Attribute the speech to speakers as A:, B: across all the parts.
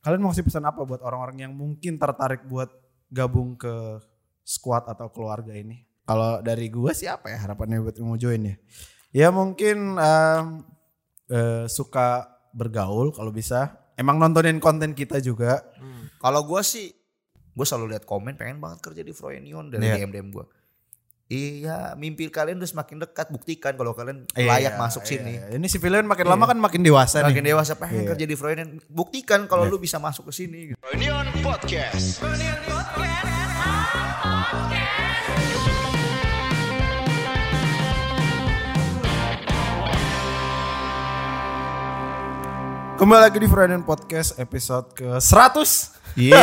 A: Kalian mau kasih pesan apa buat orang-orang yang mungkin tertarik buat gabung ke squad atau keluarga ini? Kalau dari gua sih apa ya harapannya buat yang mau join ya? Ya mungkin em, eh, suka bergaul kalau bisa. Emang nontonin konten kita juga.
B: Kalau gue sih, gue selalu lihat komen pengen banget kerja di Froenion dari
A: Iya.
B: DM DM gue. Iya, mimpi kalian udah semakin dekat. Buktikan kalau kalian
A: Iya,
B: layak masuk
A: iya.
B: sini.
A: Ini si Villain makin lama kan makin dewasa
B: Makin
A: nih.
B: dewasa
A: Iya.
B: pengen kerja di Froenion. Buktikan kalau lu bisa masuk ke sini. gitu.
A: Kembali lagi di Friday Podcast episode ke 100.
B: Iya.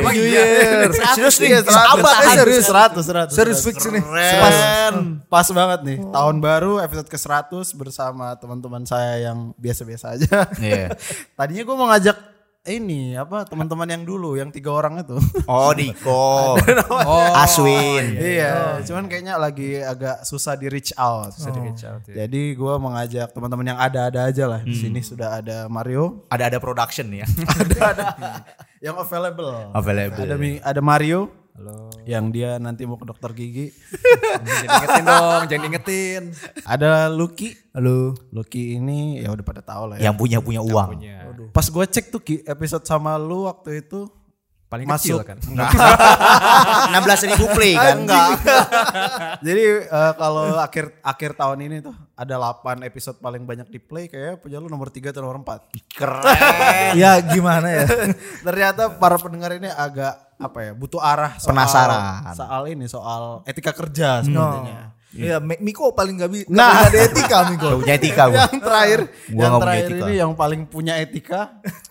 A: Emang
B: New
A: iya?
B: Year.
A: Serius nih,
B: Iya, seratus.
A: sahabat nih, serius, seratus, seratus,
C: Serius
A: seratus.
C: fix ini.
A: Pas,
B: Keren.
A: pas banget nih. Oh. Tahun baru episode ke 100 bersama teman-teman saya yang biasa-biasa aja.
B: Iya.
A: Tadinya gue mau ngajak ini apa teman-teman yang dulu yang tiga orang itu.
B: Oh Diko. Oh. Aswin.
A: iya, cuman kayaknya lagi agak susah di reach out. iya. Jadi gue mengajak teman-teman yang ada-ada aja lah.
B: Hmm.
A: Di sini sudah ada Mario,
B: Ada-ada production ya.
A: yang available.
B: Available.
A: Ada Mi- ada Mario. Yang dia nanti mau ke dokter gigi.
C: jangan ingetin dong, jangan ingetin.
A: Ada Lucky. Halo. Lucky ini ya udah pada tahu lah ya.
B: Yang punya punya uang.
A: Pas gue cek tuh Ki, episode sama lu waktu itu
C: Paling
A: Masuk.
C: kecil kan.
B: 16 ribu play kan?
A: Jadi eh, kalau akhir akhir tahun ini tuh ada 8 episode paling banyak di play kayak punya lu nomor 3 atau nomor 4.
B: Keren.
C: ya gimana ya?
A: Ternyata para pendengar ini agak apa ya, butuh arah soal,
B: Penasaran.
A: Soal ini soal etika kerja sebenarnya.
C: Iya, Mi- Miko paling gak bisa.
A: Nah.
C: ada etika Miko.
B: Punya etika gua.
A: Yang terakhir,
B: Gua
A: yang
B: nggak punya
A: terakhir
B: etika.
A: ini yang paling punya etika,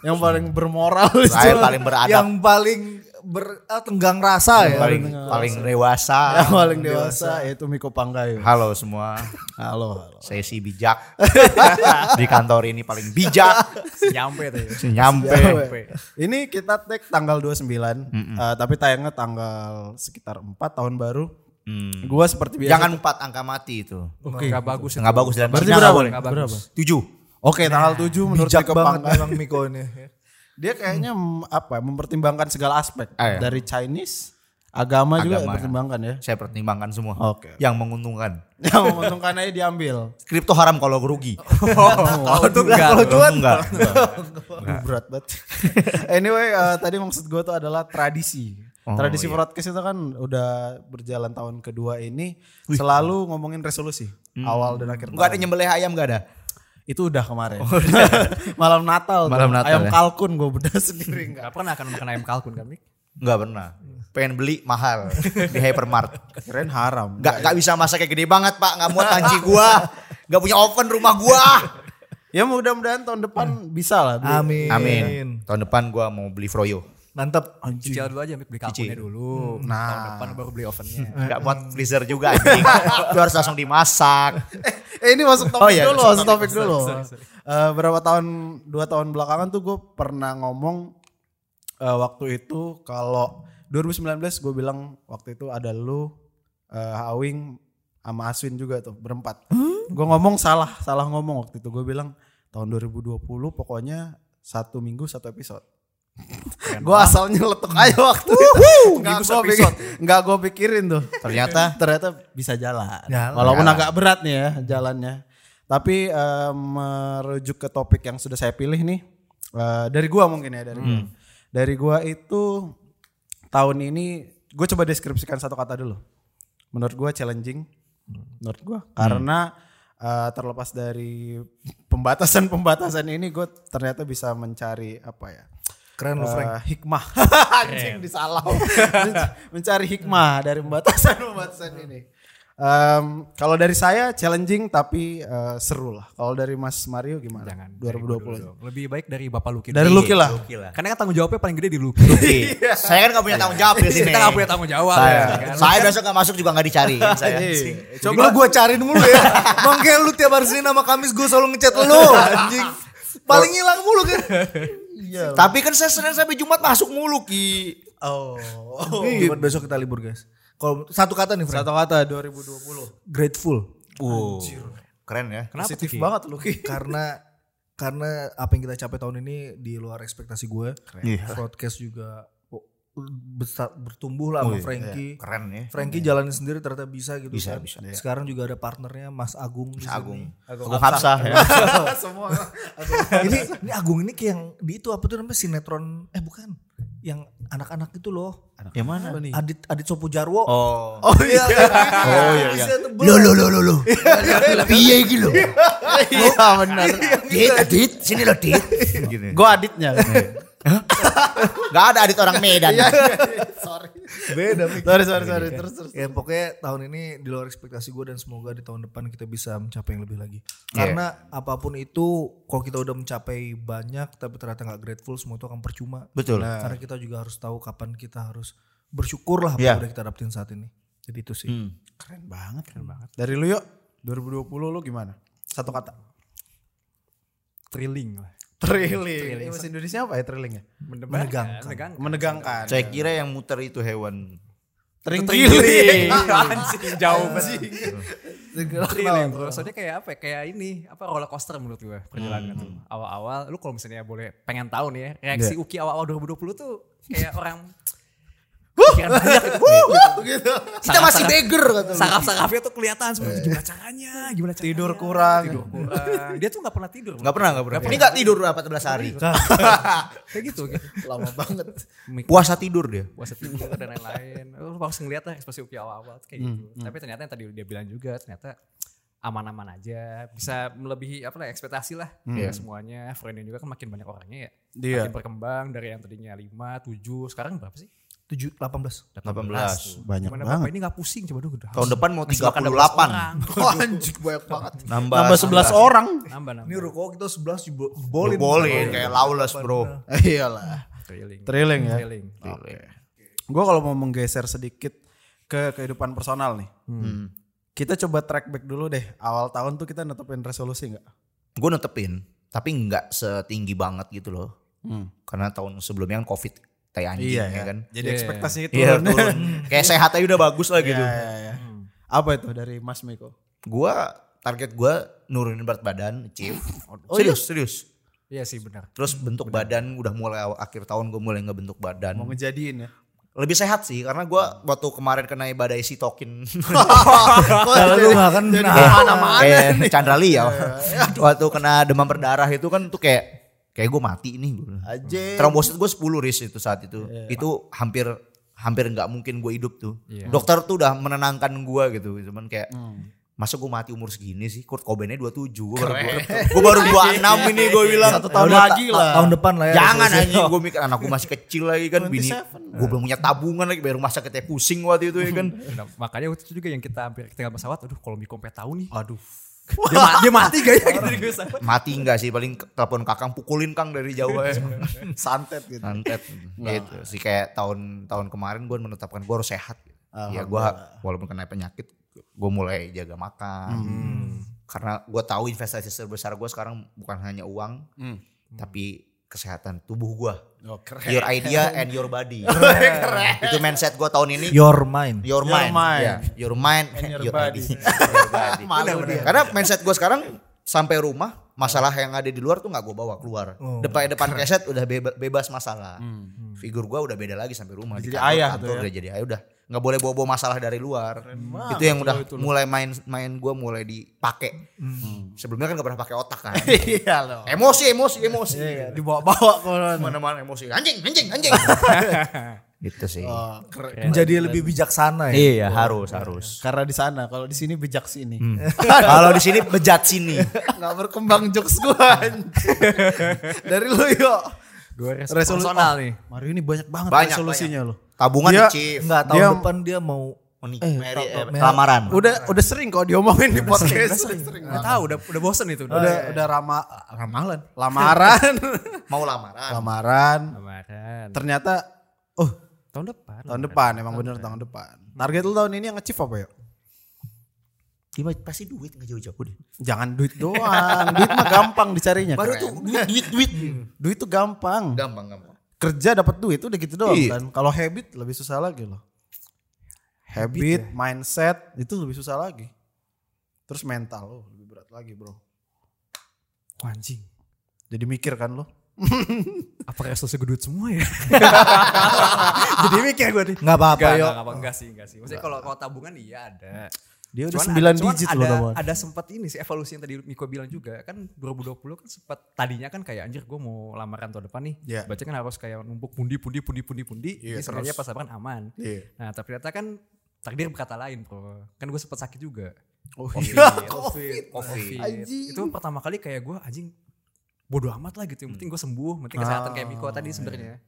A: yang paling bermoral.
B: Terakhir paling beradab.
C: Yang paling ber, ah, tenggang rasa ya.
B: paling paling dewasa.
A: yang paling dewasa yaitu Miko Panggayu.
B: Halo semua,
A: Halo, halo.
B: saya si bijak. Di kantor ini paling bijak.
C: Nyampe tuh. ya.
B: Nyampe.
A: Ini kita tag tanggal 29, eh, tapi tayangnya tanggal sekitar 4 tahun baru.
B: Hmm.
A: Gua seperti biasa.
B: Jangan empat angka mati itu.
C: Gak bagus.
B: Nggak bagus dalam
A: Berarti
B: Cina
A: berapa?
B: nggak boleh.
A: Nggak bagus.
B: Tujuh.
A: Oke, tanggal
B: Nah,
A: 7 menurut
C: Bijak
A: Miko
C: banget
A: Panggayu.
C: memang Miko ini.
A: Dia kayaknya mm, apa? mempertimbangkan segala aspek
B: Ah, iya.
A: dari Chinese, agama, juga
B: Agama.
A: dipertimbangkan ya.
B: Saya pertimbangkan semua.
A: Oke.
B: Yang menguntungkan.
A: Yang menguntungkan aja diambil.
B: Kripto haram kalau rugi.
A: Oh,
C: Kalau tuh enggak.
B: kalau cuan enggak. Nah.
A: Aduh, berat banget. anyway, eh, tadi maksud gue tuh adalah tradisi.
B: Oh,
A: tradisi
B: iya.
A: broadcast itu kan udah berjalan tahun kedua ini selalu ngomongin resolusi
B: Hmm.
A: awal dan akhir
B: Enggak ada
A: tahun.
B: nyembelih ayam enggak ada.
A: Itu udah kemarin. Malam Natal. tuh.
B: Oh, Malam Natal
A: Ayam
B: ya.
A: kalkun gue bedah sendiri. nggak.
C: Gak pernah akan makan ayam kalkun kan Mik?
B: Enggak pernah. Pengen beli mahal di hypermart.
A: Keren haram.
B: Enggak enggak bisa masaknya gede banget, Pak. Enggak muat panci gua. Enggak punya oven rumah gua.
A: Ya mudah-mudahan tahun
B: Hmm.
A: depan bisa lah. beli.
C: Amin.
B: Amin. Tahun depan gua mau beli froyo.
C: Mantap. Cicil dulu aja Mik beli kalkunnya
B: Cicil.
C: dulu. Nah. Tahun depan baru beli ya. ovennya.
B: Enggak muat freezer juga anjing. Itu harus langsung dimasak.
A: Eh ini masuk topik
B: Oh iya,
A: dulu,
B: masuk
A: masuk topik dulu. Eh, berapa tahun, dua tahun belakangan tuh gue pernah ngomong eh, waktu itu kalau 2019 gue bilang waktu itu ada lu, eh, Awing, sama Aswin juga tuh berempat. Gue ngomong salah, salah ngomong waktu itu. Gue bilang tahun 2020 pokoknya satu minggu satu episode. gue asal nyeletuk aja waktu itu. Nggak
B: Minggu
A: gue
B: satu
A: pikir, nggak gua pikirin tuh.
B: Ternyata
A: Ternyata bisa jalan.
C: Jalan.
A: Walaupun agak berat nih ya jalannya. Tapi eh, merujuk ke topik yang sudah saya pilih nih eh, dari gua mungkin ya dari gua. Dari gua itu tahun ini gue coba deskripsikan satu kata dulu. Menurut gua challenging. Menurut gua karena eh, terlepas dari pembatasan-pembatasan ini gue ternyata bisa mencari apa ya?
C: Keren lu
A: Eh,
C: Frank.
A: hikmah anjing disalah mencari hikmah dari pembatasan pembatasan ini Em, kalau dari saya challenging tapi eh, seru lah kalau dari Mas Mario gimana
C: Jangan. dari gua
A: 2020
C: dulu. Lebih baik dari Bapak Luki.
A: dari
C: dulu.
A: Lucky lah
B: Oke lah.
C: Karena kan tanggung jawabnya paling gede di Luki.
B: Iya. saya kan gak punya tanggung jawab di sini.
C: Iya. Kita gak punya tanggung jawab.
B: Saya,
C: ya kan?
B: saya besok gak masuk juga gak dicariin saya.
C: Coba gue cariin mulu ya. Bangke lu tiap hari Senin sama Kamis gue selalu ngechat lu anjing. Paling hilang mulu kan.
B: Tapi kan saya Senin sampai Jumat masuk mulu Ki.
A: oh
C: Jumat besok kita libur guys. Gitu. Kalau satu kata nih Frank.
A: satu kata 2020
C: Grateful. Oh.
B: Wow. Keren ya.
A: positif banget Lucky
C: Karena karena apa yang kita capai tahun ini di luar ekspektasi gue.
B: Iya.
C: Broadcast juga oh, besar bertumbuh lah
B: Wih,
C: sama
B: Oh,
C: Frankie.
B: iya, Keren ya.
C: Frankie jalanin sendiri ternyata bisa gitu
B: Bisa,
C: kan.
B: bisa. iya.
C: Sekarang juga ada partnernya Mas Agung di
B: Mas
C: sini.
B: Agung.
A: Agung
B: Agung Hapsah ya.
A: Semua.
C: ini ini Agung ini kayak yang di itu apa tuh namanya sinetron eh bukan yang anak-anak itu loh.
B: Yang mana?
C: Adit Adit Sopo Jarwo.
B: Oh.
C: Oh iya.
B: Oh, iya, iya.
C: Lo lo lo.
B: lo. Piye iki lo?
A: Iya benar.
B: Dit, Adit, sini lo Dit. Gini.
A: Gue aditnya.
B: Gak ada Adit orang Medan.
A: Iya, sorry.
C: Beda Mik.
A: Sorry sorry sorry. Terus terus.
C: Ya pokoknya tahun ini di luar ekspektasi gue dan semoga di tahun depan kita bisa mencapai yang lebih lagi.
B: Iya.
C: Karena apapun itu kalau kita udah mencapai banyak tapi ternyata nggak grateful semua itu akan percuma. Nah,
B: Betul.
C: Karena kita juga harus tahu kapan kita harus bersyukur lah apa
B: Iya.
C: yang udah kita dapetin saat ini. Jadi itu sih.
B: Hmm.
A: Keren banget keren banget. Dari lu yuk 2020 lu gimana? Satu kata.
D: Thrilling lah.
A: Thrilling. Ini bahasa Indonesia apa ya thrilling ya?
C: Menegangkan.
D: Menegang.
A: Menegangkan.
B: Saya kira yang muter itu hewan.
A: Thrilling.
D: Anjing jauh banget. Thrilling bro.
A: Kenapa?
D: Soalnya kayak apa? ya, Kayak ini apa roller coaster menurut gue perjalanan tuh. Awal-awal lu kalau misalnya boleh pengen tahu nih ya, reaksi Uki awal-awal 2020 tuh kayak orang pikiran banyak gitu.
A: Gitu.
D: Kita masih
C: beggar kata
D: Saraf-sarafnya tuh kelihatan sebenarnya gimana caranya, gimana caranya.
A: Tidur kurang.
D: Tidur kurang. Dia tuh gak pernah tidur. bro.
B: Gak pernah, gak pernah. Ini gak tidur 14 hari.
D: Kayak gitu.
A: Lama banget.
D: Mik-
B: Puasa tidur dia.
D: puasa tidur dan lain-lain. Lu harus ngeliat lah ekspresi Uki awal-awal tuh kayak
A: Hmm,
D: gitu. Tapi ternyata yang tadi dia bilang juga ternyata aman-aman aja bisa melebihi apa lah ekspektasi lah ya semuanya friendnya juga kan makin banyak orangnya ya
A: Hmm. Iya.
D: makin berkembang dari yang tadinya 5, 7 sekarang berapa sih
C: 7 18.
B: 18.
D: tuh.
A: Banyak
D: Gimana
A: banget.
D: Bapak ini gak pusing coba dulu udah
B: Tahun
D: harus-
B: depan mau
D: masih makan 12 orang.
B: 38.
A: Oh, anjing banyak banget.
B: Nambah,
A: Tambah 11 orang.
D: nambah nambah
C: Ini ruko kita 11
B: Boleh,
C: dibolin.
B: boleh. Kayak lawless bro.
A: Iyalah.
D: thrilling
A: Thrilling ya.
D: thrilling
A: Gue kalau mau menggeser sedikit ke kehidupan personal nih.
B: Hmm.
A: Kita coba track back dulu deh. Awal tahun tuh kita netepin resolusi nggak?
B: Gue netepin. Tapi nggak setinggi banget gitu loh.
A: Hmm.
B: Karena tahun sebelumnya kan covid. Kayak anjing
A: Iya
B: ya kan.
A: Jadi
D: Iya.
A: ekspektasinya itu
B: Iya turun. Kayak sehat aja udah bagus lah gitu.
A: Iya, Hmm. Apa itu dari Mas Miko?
B: Gua target gua nurunin berat badan, chief.
A: Oh,
B: serius, serius.
D: iya sih benar
B: Terus bentuk badan udah mulai aw- akhir tahun gue mulai ngebentuk badan.
A: Mau ngejadiin ya?
B: Lebih sehat sih karena gua waktu kemarin kena badai sitokin.
C: Kalau
A: Nah,
C: lu enggak
A: kan
C: kena.
B: Mana-mana kayak Chandra Lee ya. waktu kena demam berdarah itu kan tuh kayak kayak gue mati nih. gua bilang.
A: Aja.
B: Trombosit gue 10 ris itu saat itu.
C: Iya,
B: Itu hampir hampir nggak mungkin gue hidup tuh.
D: Iya.
B: Dokter tuh udah menenangkan gue gitu. Cuman kayak
C: Hmm.
B: masa gue mati umur segini sih. Kurt Cobainnya 27. Gue baru, gue baru 26 ini gue bilang. Satu
C: Iya, Tahun lagi lah. Tahun depan lah ya.
B: Iya. Jangan
C: resolusi.
B: anjing gue mikir anak gue masih kecil lagi kan bini
A: 27.
B: gue belum punya tabungan lagi bayar rumah sakitnya pusing waktu itu ya kan
D: Nah, makanya waktu itu juga yang kita hampir ketinggalan pesawat aduh kalau Miko sampai tahu nih
A: Aduh.
D: dia, ma- dia mati gak ya gitu gue sama
B: mati enggak sih paling ke- telepon kakang pukulin kang dari jauh aja
A: Santet gitu.
B: nantet gitu sih kayak tahun tahun kemarin gue menetapkan gue harus sehat ya gue walaupun kena penyakit gue mulai jaga makan karena gue tahu investasi terbesar gue sekarang bukan hanya uang
A: Hmm.
B: tapi kesehatan tubuh gue
A: Oh, keren.
B: your idea and your body itu mindset gue tahun ini
C: Your mind.
B: Your
A: Your
B: mind,
A: mind.
B: Ya, your mind,
A: And your body.
B: Your body. Karena mindset gue sekarang sampai rumah masalah yang ada di luar tuh nggak gue bawa keluar.
C: Oh.
B: Depan depan keset udah beba- bebas masalah. Figur gue udah beda lagi sampai rumah. Di
A: Hmm, Jadi
B: kantor-
A: ayah
B: kantor
A: tuh ya.
B: udah jadi ayah udah nggak boleh bawa bawa masalah dari luar.
A: banget
B: Itu yang udah mulai main main gue mulai dipakai. Sebelumnya kan gak pernah pakai otak kan.
A: Hmm. Iya loh. Iya,
B: emosi emosi emosi.
A: Dibawa-bawa ke
B: Mana-mana emosi. Anjing anjing anjing. gitu sih.
A: Oh, keren.
C: Menjadi lebih bijaksana ya.
B: Iya harus harus.
A: Karena di sana, kalau di sini bijak sini.
B: Kalau di sini bejat sini.
A: Nggak berkembang jokes gua. anjing. Dari lu yuk.
D: gue
A: Resolusi-
D: Iya, personal nih
A: Mario ini banyak banget
B: Banyak,
A: resolusinya loh.
B: Tabungan
A: Dia-
B: chief.
C: Enggak tahun
A: Dia-
C: depan dia mau
B: Menik-
C: Iya. eh,
B: meri-
C: tau-
B: eh,
C: mer-
B: lamaran.
A: Udah udah sering kok diomongin di podcast. Udah, sering.
D: Udah tahu udah udah bosen itu.
A: udah, udah rama, ramalan, lamaran,
B: mau lamaran.
A: lamaran.
D: Lamaran.
A: Ternyata oh,
D: tahun depan.
A: tahun depan emang bener Nah, tahun depan. Target lu tahun ini yang nge-achieve apa ya?
B: Gimana pasti duit nggak jauh-jauh deh.
A: Jangan duit doang. duit mah gampang dicarinya.
B: Baru
A: Keren.
B: tuh duit duit duit.
A: duit tuh gampang.
B: gampang gampang.
A: Kerja dapat duit udah gitu doang
B: Iya.
A: kan. Kalau habit lebih susah lagi loh. Habit, ya? mindset itu lebih susah lagi. Terus mental oh, lebih berat lagi, Bro.
D: Wah, anjing.
A: Jadi mikir kan lo?
D: Apa resolusi gue duit semua ya? Jadi mikir gue nih.
C: Nggak apa-apa
D: Enggak,
A: ya?
C: yo.
D: enggak, enggak, enggak sih, enggak sih. Maksudnya kalau kalau tabungan iya ada.
A: Dia udah
D: Cuman-
A: sembilan
D: cuman
A: digit
D: ada,
A: loh teman.
D: Ada sempat ini sih evolusi yang tadi Miko bilang juga kan 2020 kan sempat tadinya kan kayak anjir gue mau lamaran tahun depan nih.
A: Iya.
D: Baca kan harus kayak numpuk pundi pundi pundi pundi pundi.
A: Iya,
D: Ini sebenarnya pas lamaran aman.
A: Iya.
D: Nah tapi ternyata kan takdir berkata lain bro. Kan gue sempat sakit juga.
A: Oh,
D: Covid.
A: iya.
D: Covid. Covid.
A: Anjing.
D: Itu pertama kali kayak gue anjing bodoh amat lah gitu. Yang penting gue sembuh, yang penting
A: Ah,
D: kesehatan kayak Miko tadi sebenarnya.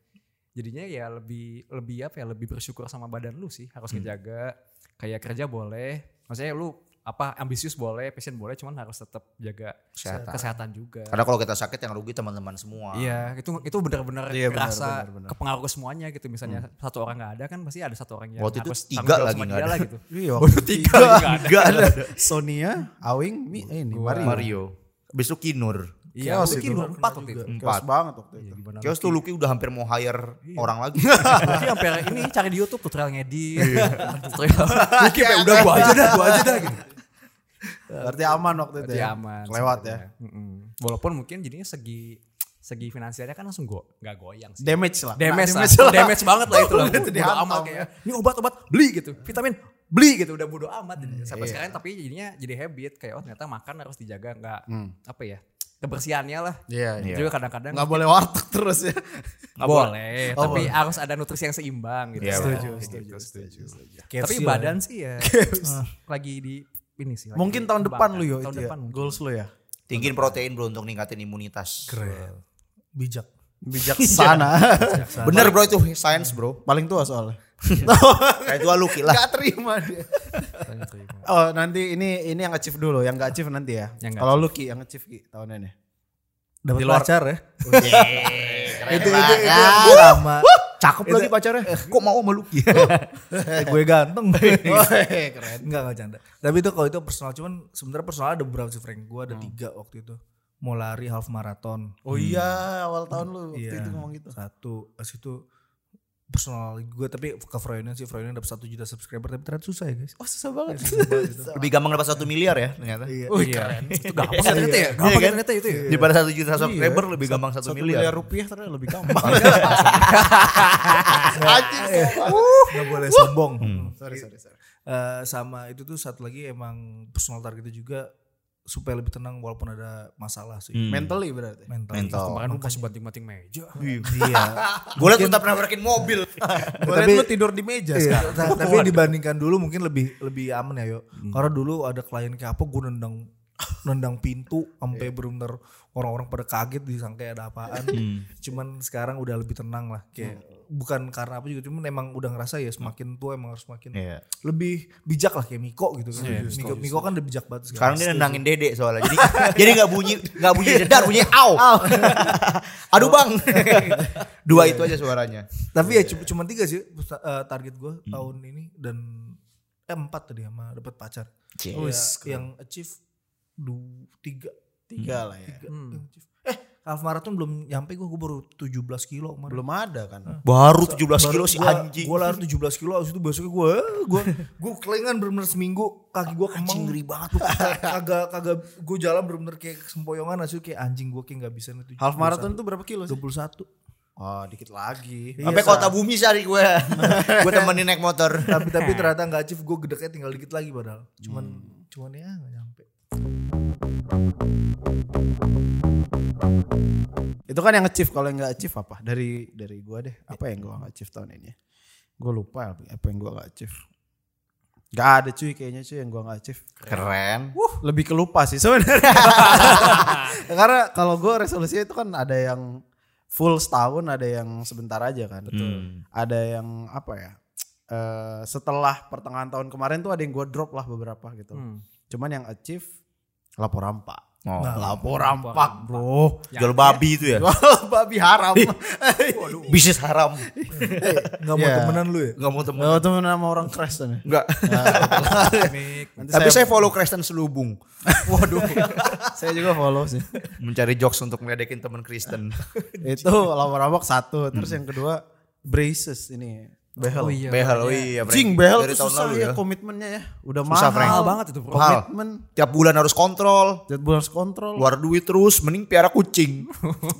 D: Jadinya ya lebih lebih apa ya lebih bersyukur sama badan lu sih harus ngejaga kayak kerja boleh. Maksudnya lu apa ambisius boleh, passion boleh, cuman harus tetap jaga
B: Kesehatan.
D: kesehatan juga.
B: Karena kalau kita sakit yang rugi teman-teman semua.
D: Iya, itu itu benar-benar
A: Iya, benar,
D: kerasa
A: benar, benar.
D: kepengaruh ke semuanya gitu. Misalnya satu orang nggak ada kan pasti ada satu orang yang
B: Waktu itu
D: harus
B: tiga
D: tanggung jawab
B: lagi
D: sama
B: nggak
D: dia
B: ada.
D: lah gitu.
A: Iya.
D: Waduh, tiga lagi nggak ada.
A: Enggak ada. Sonia, Awing, Mi, eh, ini
D: Gua.
A: Mario.
B: Mario. Abis itu Kinur.
D: Iya,
A: Chaos
D: mungkin
A: itu.
D: dua- empat waktu itu.
A: Chaos
B: Empat.
A: banget waktu
D: Iya,
A: itu.
D: gimana
B: Chaos tuh Lucky udah hampir mau hire orang lagi.
D: Lucky sampai ini cari di YouTube tutorial ngedit.
A: Iya.
D: tutorial. Lucky kayak udah gua aja dah, gua aja dah gitu.
A: Berarti aman waktu itu.
D: Dia
A: ya?
D: aman.
A: Lewat ya.
D: sebenarnya. Mm-mm. Walaupun mungkin jadinya segi segi finansialnya kan langsung go nggak goyang sih.
A: Nah, Damage lah. Kena
D: Damage, lah,
A: lah.
D: damage banget lah itu lah.
A: Udah
D: Bodo
A: dihantam.
D: amat kayak ini obat-obat beli gitu, vitamin beli gitu udah bodo amat jadinya. sampai
A: Iya.
D: sekarang tapi jadinya jadi habit kayak oh ternyata makan harus dijaga nggak
A: Hmm.
D: apa ya kebersihannya lah.
A: Iya. iya.
B: Iya.
D: Juga kadang-kadang
A: Nggak boleh warteg terus ya.
D: Nggak boleh,
A: Oh,
D: tapi
A: boleh.
D: harus ada nutrisi yang seimbang gitu.
B: Iya,
A: Setuju,
D: Gitu,
A: setuju,
D: setuju.
A: setuju. setuju.
D: Tapi
C: KFC lah
D: badan sih ya eh, lagi di ini sih. lagi
A: Mungkin tahun
D: dikembangkan.
A: depan lu yo
D: Tahun
A: itu ya.
D: depan mungkin.
A: Goals lu ya.
B: Tinggiin protein bro untuk ningkatin imunitas.
C: Keren. Bijak.
A: Iya. Bijaksana.
B: Bener bro itu science
A: Ya,
B: bro.
A: Paling tua soalnya.
B: Kayak tua Lucky lah.
A: Gak terima dia.
D: Tanya terima.
A: Oh nanti ini ini yang achieve dulu, yang gak achieve nanti ya.
D: Yang nggak
A: Kalau Lucky yang achieve Ki, tahun ini.
C: Dapat
A: Di luar-
C: pacar ya.
B: Itu itu
C: Gue sama.
B: Cakep
C: Itu-
B: lagi pacarnya. Kok mau sama Lucky?
C: Eh, gue ganteng.
A: Woi keren.
C: Enggak enggak canda. Tapi itu kalau itu personal cuman sebenarnya personal ada beberapa sih Frank. Gue ada tiga waktu itu. Mau lari half marathon.
A: Oh iya awal tahun lu waktu
C: Iya.
A: itu ngomong gitu.
C: Satu. Abis itu personal gue tapi ke Froyonian sih Froyonian dapat 1 juta subscriber tapi ternyata susah ya guys. Iya,
A: Oh susah banget.
B: Lebih gampang dapat satu miliar ya ternyata.
A: Iya.
D: Wih keren. Iya. Itu gampang ya ternyata ya. Gampang
B: Iya kan?
D: ternyata itu ya.
B: Daripada satu juta subscriber lebih gampang satu
A: Satu
B: miliar.
A: miliar rupiah ternyata lebih gampang.
C: Gak boleh sombong.
A: sorry sorry sorry.
C: Eh, sama itu tuh satu lagi emang personal targetnya juga supaya lebih tenang walaupun ada masalah sih.
B: Hmm.
A: Mentally berarti.
C: Mental.
B: Mental.
D: Kemarin lu kasih banting-banting meja.
C: Iya.
B: Gue liat tetap nabrakin mobil.
A: Gua liat
C: Tapi-
A: lu tidur di meja
C: Iya,
A: sekarang.
C: ta- tapi dibandingkan dulu mungkin lebih lebih aman ya yo.
B: Hmm.
C: Karena dulu ada klien kayak apa gue nendang nendang pintu sampai bener-bener orang-orang pada kaget disangka ada apaan.
B: Hmm.
C: Cuman sekarang udah lebih tenang lah kayak bukan karena apa juga cuman emang udah ngerasa ya semakin tua emang harus semakin
B: Iya.
C: lebih bijak lah kayak Miko gitu kan. Miko, Miko kan udah bijak banget
B: Sekarang dia nendangin dede soalnya. Jadi jadi nggak bunyi nggak bunyi dedar bunyi au. Aduh bang. Dua itu aja suaranya.
A: Iya,
C: Tapi ya cu- cuma tiga sih pusta- eh, target gue
A: Hmm.
C: tahun ini dan eh, empat tadi sama dapat pacar.
A: Iya,
B: Cie.
C: Ya, yang achieve du, tiga Hmm,
A: Tiga lah ya.
C: tiga yang achieve. Eh half marathon belum nyampe gue gue baru 17 kilo kemarin.
A: Belum ada kan.
B: Baru 17 kilo si anjing.
C: Gue lari 17 kilo abis itu besoknya gue gue gue kelingan bener-bener seminggu kaki gue kemang. Anjing ngeri banget Kagak kagak gue jalan bener-bener kayak sempoyongan abis itu kayak anjing gue kayak nggak bisa nih tujuh-
A: Half marathon tuh berapa kilo sih?
C: 21.
A: Oh dikit lagi.
B: Sampai kota bumi sehari gue. gue temenin naik motor.
C: tapi tapi ternyata nggak achieve gue gedeknya tinggal dikit lagi padahal cuman
D: Hmm.
C: cuman ya nggak nyampe
A: Itu kan yang achieve kalau yang nggak achieve apa? Dari dari gua deh. Apa yang gua nggak achieve tahun ini? Gua lupa apa yang gua nggak achieve. Gak ada cuy kayaknya cuy yang gua nggak achieve.
B: Keren.
A: Wuh, lebih ke lupa sih sebenarnya. Karena kalau gua resolusinya itu kan ada yang full setahun, ada yang sebentar aja kan.
B: Betul.
A: Ada yang apa ya? eh, setelah pertengahan tahun kemarin tuh ada yang gua drop lah beberapa gitu.
D: Hmm.
A: Cuman yang achieve lapor rampak.
B: Oh.
A: Lapor rampak, Bro.
B: Jual babi itu ya.
A: Jual babi haram.
B: Bisnis haram.
C: nggak mau
A: Iya.
C: temenan lu ya
B: Gak mau temen.
A: Gak temen sama orang crash tuh nih.
B: Enggak.
D: Mik.
A: Nanti
B: Tapi saya follow Kristen Selubung. Waduh.
A: saya juga follow sih.
B: Mencari jokes untuk meledekin temen
A: Hmm.
B: Kristen.
A: itu lawar rambak satu. Terus yang kedua braces ini Behel.
D: Oh iya.
B: behel,
D: makanya.
B: oh iya. Frank.
A: Cing behel
B: Dari
A: tuh
B: tahun
A: susah
B: lalu
A: ya
B: ya.
A: komitmennya ya. Udah
B: Susah,
A: mahal.
B: Frank.
D: Mahal banget itu bro.
B: Mahal.
A: Komitmen.
B: Tiap bulan harus kontrol.
A: Tiap bulan harus kontrol.
B: Keluar duit terus, mending piara kucing.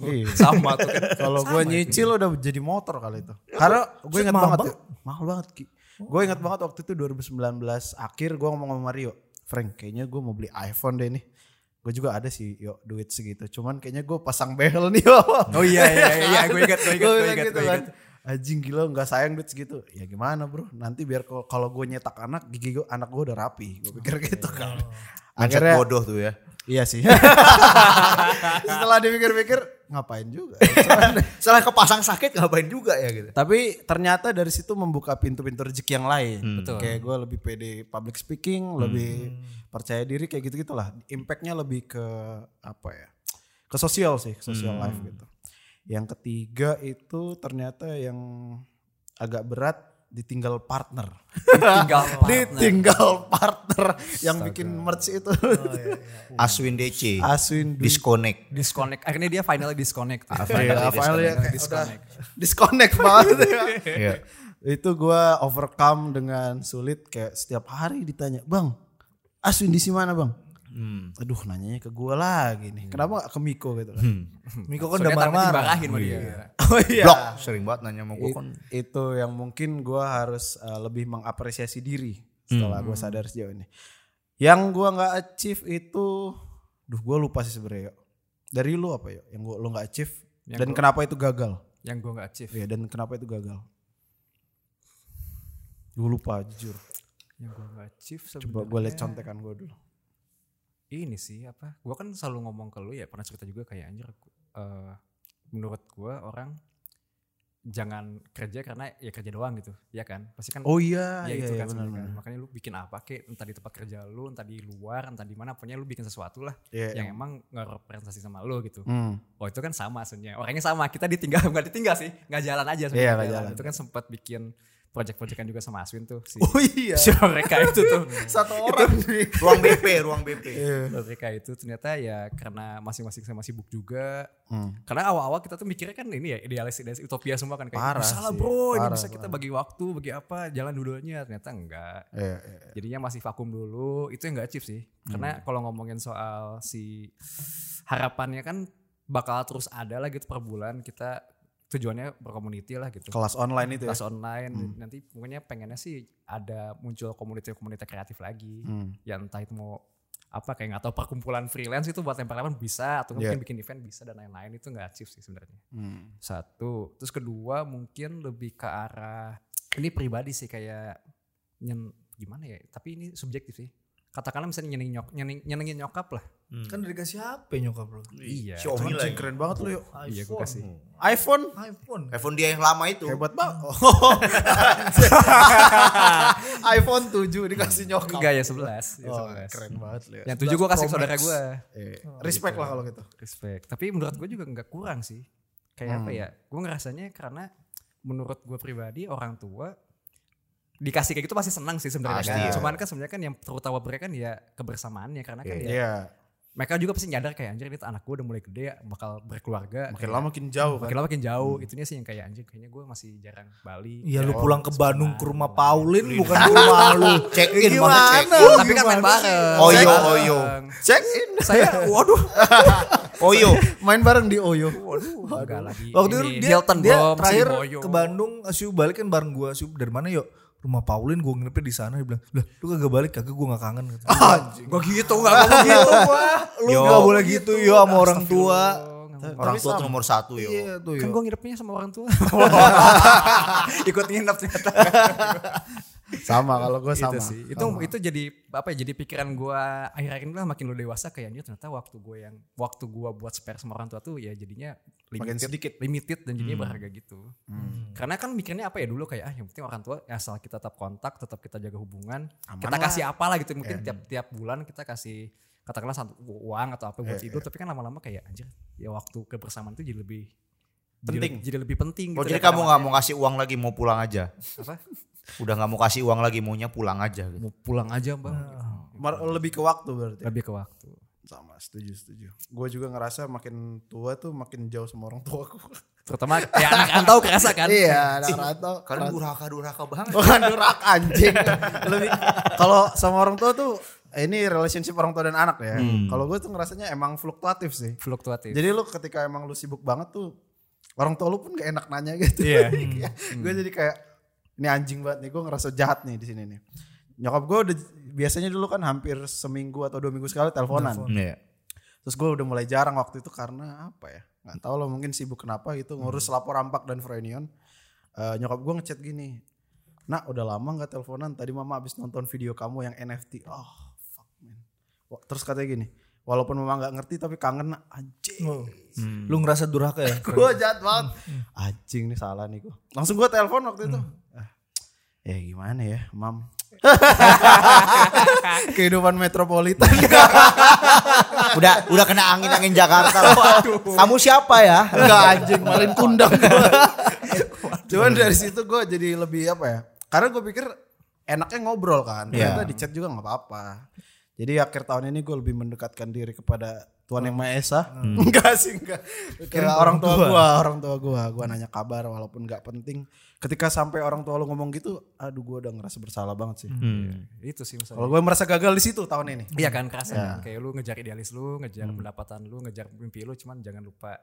A: Iya.
D: Sama tuh kan.
A: Kalau gue nyicil udah jadi motor kali itu. Karena gue ingat
C: mahal
A: banget, ya. mahal banget Ki. Gue ingat banget waktu itu 2019 akhir gue ngomong sama Mario. Frank kayaknya gue mau beli iPhone deh nih. Gue juga ada sih yuk duit segitu. Cuman kayaknya gue pasang behel nih.
D: Oh iya iya iya gue ingat gue ingat
A: Gua
D: gue
A: bilang
D: ingat
A: gitu
D: gue
A: kan.
D: ingat.
A: Anjing gila nggak sayang duit segitu. Ya gimana bro? Nanti biar kalau- kalau gue nyetak anak gigi gue anak gue udah rapi. Gue pikir gitu kan.
B: Mindset
A: Akhirnya
B: bodoh tuh ya.
A: iya sih. Setelah dipikir-pikir ngapain juga.
B: Salah kepasang sakit ngapain juga ya gitu.
A: Tapi ternyata dari situ membuka pintu-pintu rezeki yang lain.
D: Betul.
A: Kayak gue lebih pede public speaking, lebih percaya diri kayak gitu gitulah. Impactnya lebih ke apa ya? Ke sosial sih, ke social life gitu. Yang ketiga itu ternyata yang agak berat ditinggal partner.
D: Tinggal
A: ditinggal partner yang bikin merch itu.
B: Aswin DC.
A: Aswin Dwi-
B: Disconnect.
D: disconnect. Akhirnya dia finally disconnect.
A: Iya, finally
B: Finally disconnect.
A: ya, kayak udah disconnect banget ya.
B: Iya.
A: itu gua overcome dengan sulit kayak setiap hari ditanya bang Aswin di si mana bang
B: Hmm.
A: aduh nanyanya ke gua lagi nih kenapa gak ke Miko gitu kan
C: Miko kan udah
D: Soalnya takut
C: marah-marah.
D: dimarahin sama dia.
A: oh iya
B: Blok. Sering banget nanya sama gue
A: It-
B: kan.
A: itu yang mungkin gua harus uh, lebih mengapresiasi diri setelah gua sadar sejauh ini yang gua nggak achieve itu duh gua lupa sih sebenernya Yo. dari lu apa ya yang gua lu nggak achieve
D: Yang
A: dan kan- kenapa itu gagal
D: Yang gue gak achieve.
A: Iya dan kenapa itu gagal gue lupa jujur
D: Yang gue gak achieve
A: coba
D: sebenarnya.
A: gue liat contekan gue dulu
D: ini sih apa gue kan selalu ngomong ke lu ya pernah cerita juga kayak anjir gu- eh, menurut gue orang jangan kerja karena ya kerja doang gitu ya kan pasti kan
A: Oh iya,
D: ya
A: iya,
D: itu
A: iya,
D: kan
A: benar,
D: sebenarnya kan.
A: benar.
D: makanya lu bikin apa kek entah di tempat kerja lu entah di luar entah di mana pokoknya lu bikin sesuatu lah
A: Iya,
D: yang emang ngerepresentasi sama lu gitu
A: Hmm.
D: oh itu kan sama sebenarnya orangnya sama kita ditinggal bukan ditinggal sih nggak jalan aja
A: Iya,
D: sebenarnya nggak
A: nggak
D: jalan.
A: jalan.
D: itu kan sempat bikin project-projectan juga sama Aswin tuh si
A: Oh iya.
D: si mereka itu tuh
A: Satu orang.
B: Ruang BP, ruang BP.
D: mereka itu ternyata ya karena masing-masing sama sibuk juga.
A: Hmm.
D: Karena awal-awal kita tuh mikirnya kan ini ya idealis idealis utopia semua kan kayak
A: Parah
D: bisa
A: sih,
D: lah bro, ini
A: parah,
D: bisa kita bagi waktu, bagi apa, jalan dua-duanya ternyata enggak.
A: Iya, iya.
D: Jadinya masih vakum dulu, itu yang enggak achieve sih. Karena
A: Hmm.
D: kalau ngomongin soal si harapannya kan bakal terus ada lah gitu per bulan kita tujuannya berkomuniti lah gitu
A: Kelas online itu ya.
D: kelas online nanti pokoknya pengennya sih ada muncul komunitas-komunitas kreatif lagi
A: Hmm.
D: ya entah itu mau apa kayak nggak tahu perkumpulan freelance itu buat lempar-lempar bisa atau
A: Yeah.
D: mungkin bikin event bisa dan lain-lain itu nggak achieve sih sebenarnya
A: Hmm.
D: satu terus kedua mungkin lebih ke arah ini pribadi sih kayak nyen, gimana ya tapi ini subjektif sih katakanlah misalnya nyenengin nyok, nyeneng- nyenengin nyokap lah
C: Kan udah dikasih HP nyokap lu.
D: iya
B: Xiaomi lah.
A: Anjing, keren banget lu yuk.
D: iya gue kasih
A: iPhone.
C: iPhone.
A: Eh,
B: Telepon dia yang lama itu.
A: Hebat Oh, banget. iPhone 7 dikasih nyokap.
D: enggak ya sebelas ya,
A: Oh,
D: 11.
A: keren banget lu ya.
D: yang tujuh gue kasih ke saudara gue
A: Eh, respect lah kalau gitu.
D: respect tapi menurut gue juga nggak kurang sih kayak
A: Hmm.
D: apa ya gue ngerasanya karena menurut gue pribadi orang tua dikasih kayak gitu pasti senang sih sebenarnya
B: Pasti,
D: kan.
B: ya.
D: cuman kan sebenarnya kan yang terutama mereka kan ya kebersamaannya karena kan
A: Iya.
D: ya mereka juga pasti nyadar kayak anjir ini anak gue udah mulai gede bakal berkeluarga
A: Makin
D: kayak-
A: lama makin jauh
D: makin
A: kan.
D: lama makin jauh itunya sih yang kayak anjir kayaknya gue masih jarang Bali
C: Iya lu
D: Jarang
C: pulang ke Bandung ke rumah
D: sekolah.
C: Paulin bukan ke rumah lu.
B: Check in,
C: Gimana?
B: mana check in.
D: Oh, tapi kan main
A: Oh,
D: bareng
A: iya,
B: Oyo,
D: Main bareng.
B: oyo.
A: Check in.
D: saya waduh
B: Oyo.
A: Main bareng di Oyo.
D: waduh enggak lagi
C: Waktu itu
D: Ini
C: dia,
D: Hilton
C: dia
D: Bro, si
C: terakhir
D: Boyo.
C: ke Bandung Asyu balik kan bareng gua Asyu dari mana yuk? Rumah Paulin gua nginepnya di sana dia bilang, "Lah, lu kagak balik kagak gua gak kangen." Gitu.
D: Gua gitu gak gua gitu gua.
C: lu gak boleh gitu yo sama orang tua.
B: Orang tua tuh nomor satu yo.
C: Iya tuh yo.
D: Gitu. Kan gue nginepnya sama orang tua.
A: Oh,
D: Ikut nginep ternyata.
A: Sama kalau gue sama.
D: Itu Gitu sih. Itu itu jadi apa ya? Jadi pikiran gua akhir-akhir ini lah makin lu dewasa kayaknya ternyata waktu gue yang waktu gua buat spare sama orang tua tuh ya jadinya
A: Makin
D: limited,
A: sedikit.
D: limited dan
C: Hmm.
D: jadinya berharga gitu.
A: Hmm.
D: Karena kan mikirnya apa ya dulu kayak ah yang penting orang tua asal kita tetap kontak, tetap kita jaga hubungan,
A: Aman
D: kita
A: lah.
D: kasih apalah gitu mungkin tiap-tiap bulan kita kasih katakanlah satu uang atau apa buat itu tapi kan lama-lama kayak anjir ya waktu kebersamaan itu jadi lebih jadi-
A: Penting.
D: jadi, lebih penting
B: Oh,
D: gitu
B: jadi
D: daripada
B: kamu nggak mau ngasih uang lagi mau pulang aja.
D: apa
B: Udah nggak mau kasih uang lagi maunya pulang aja gitu.
D: mau pulang aja bang
A: Mar- oh, Lebih ke waktu berarti.
D: lebih ke waktu
A: Sama, setuju, setuju. Gue juga ngerasa makin tua tuh makin jauh sama orang tua aku.
D: Terutama ya anak rantau kerasa kan.
A: Iya, anak rantau.
B: Karena durhaka durhaka banget.
A: Bukan durhaka anjing. Lebih kalau sama orang tua tuh eh, ini relationship orang tua dan anak ya. Kalau gue tuh ngerasanya emang fluktuatif sih.
D: Fluktuatif.
A: Jadi lu ketika emang lu sibuk banget tuh orang tua lu pun gak enak nanya gitu.
D: Iya.
A: Kayak, gue jadi kayak ini anjing banget nih gue ngerasa jahat nih di sini nih. Nyokap gue udah biasanya dulu kan hampir seminggu atau dua minggu sekali teleponan.
B: Iya.
A: Terus gue udah mulai jarang waktu itu karena apa ya? Gak tau lo mungkin sibuk kenapa gitu ngurus lapor rampak dan Froenion. Eh, nyokap gue ngechat gini. Nak udah lama gak teleponan. Tadi mama abis nonton video kamu yang NFT. Oh fuck man. Wa- Terus katanya gini. Walaupun mama gak ngerti tapi kangen nak. Anjing.
C: Oh. Lu ngerasa durhaka ya?
A: Gue jahat banget. Anjing nih salah nih gue. Langsung gue telepon waktu itu. Ah, Ya gimana ya mam. Kehidupan metropolitan.
B: Udah udah kena angin angin Jakarta. Kamu siapa ya?
A: Enggak anjing, malin kundang gua. Cuman dari situ gue jadi lebih apa ya? Karena gue pikir enaknya ngobrol kan. Ternyata di chat juga nggak apa-apa. Jadi akhir tahun ini gue lebih mendekatkan diri kepada Tuhan Yang Maha Esa. Enggak sih, enggak. Hmm. Ke orang tua gue, orang tua gue. Gue nanya kabar walaupun nggak penting. Ketika sampai orang tua lu ngomong gitu, aduh gue udah ngerasa bersalah banget sih.
B: Hmm.
D: Itu sih misalnya.
A: Kalau gue merasa gagal di situ tahun ini.
D: Iya kan kerasa kan? kayak lu ngejar idealis lu, ngejar pendapatan lu, ngejar mimpi lu cuman jangan lupa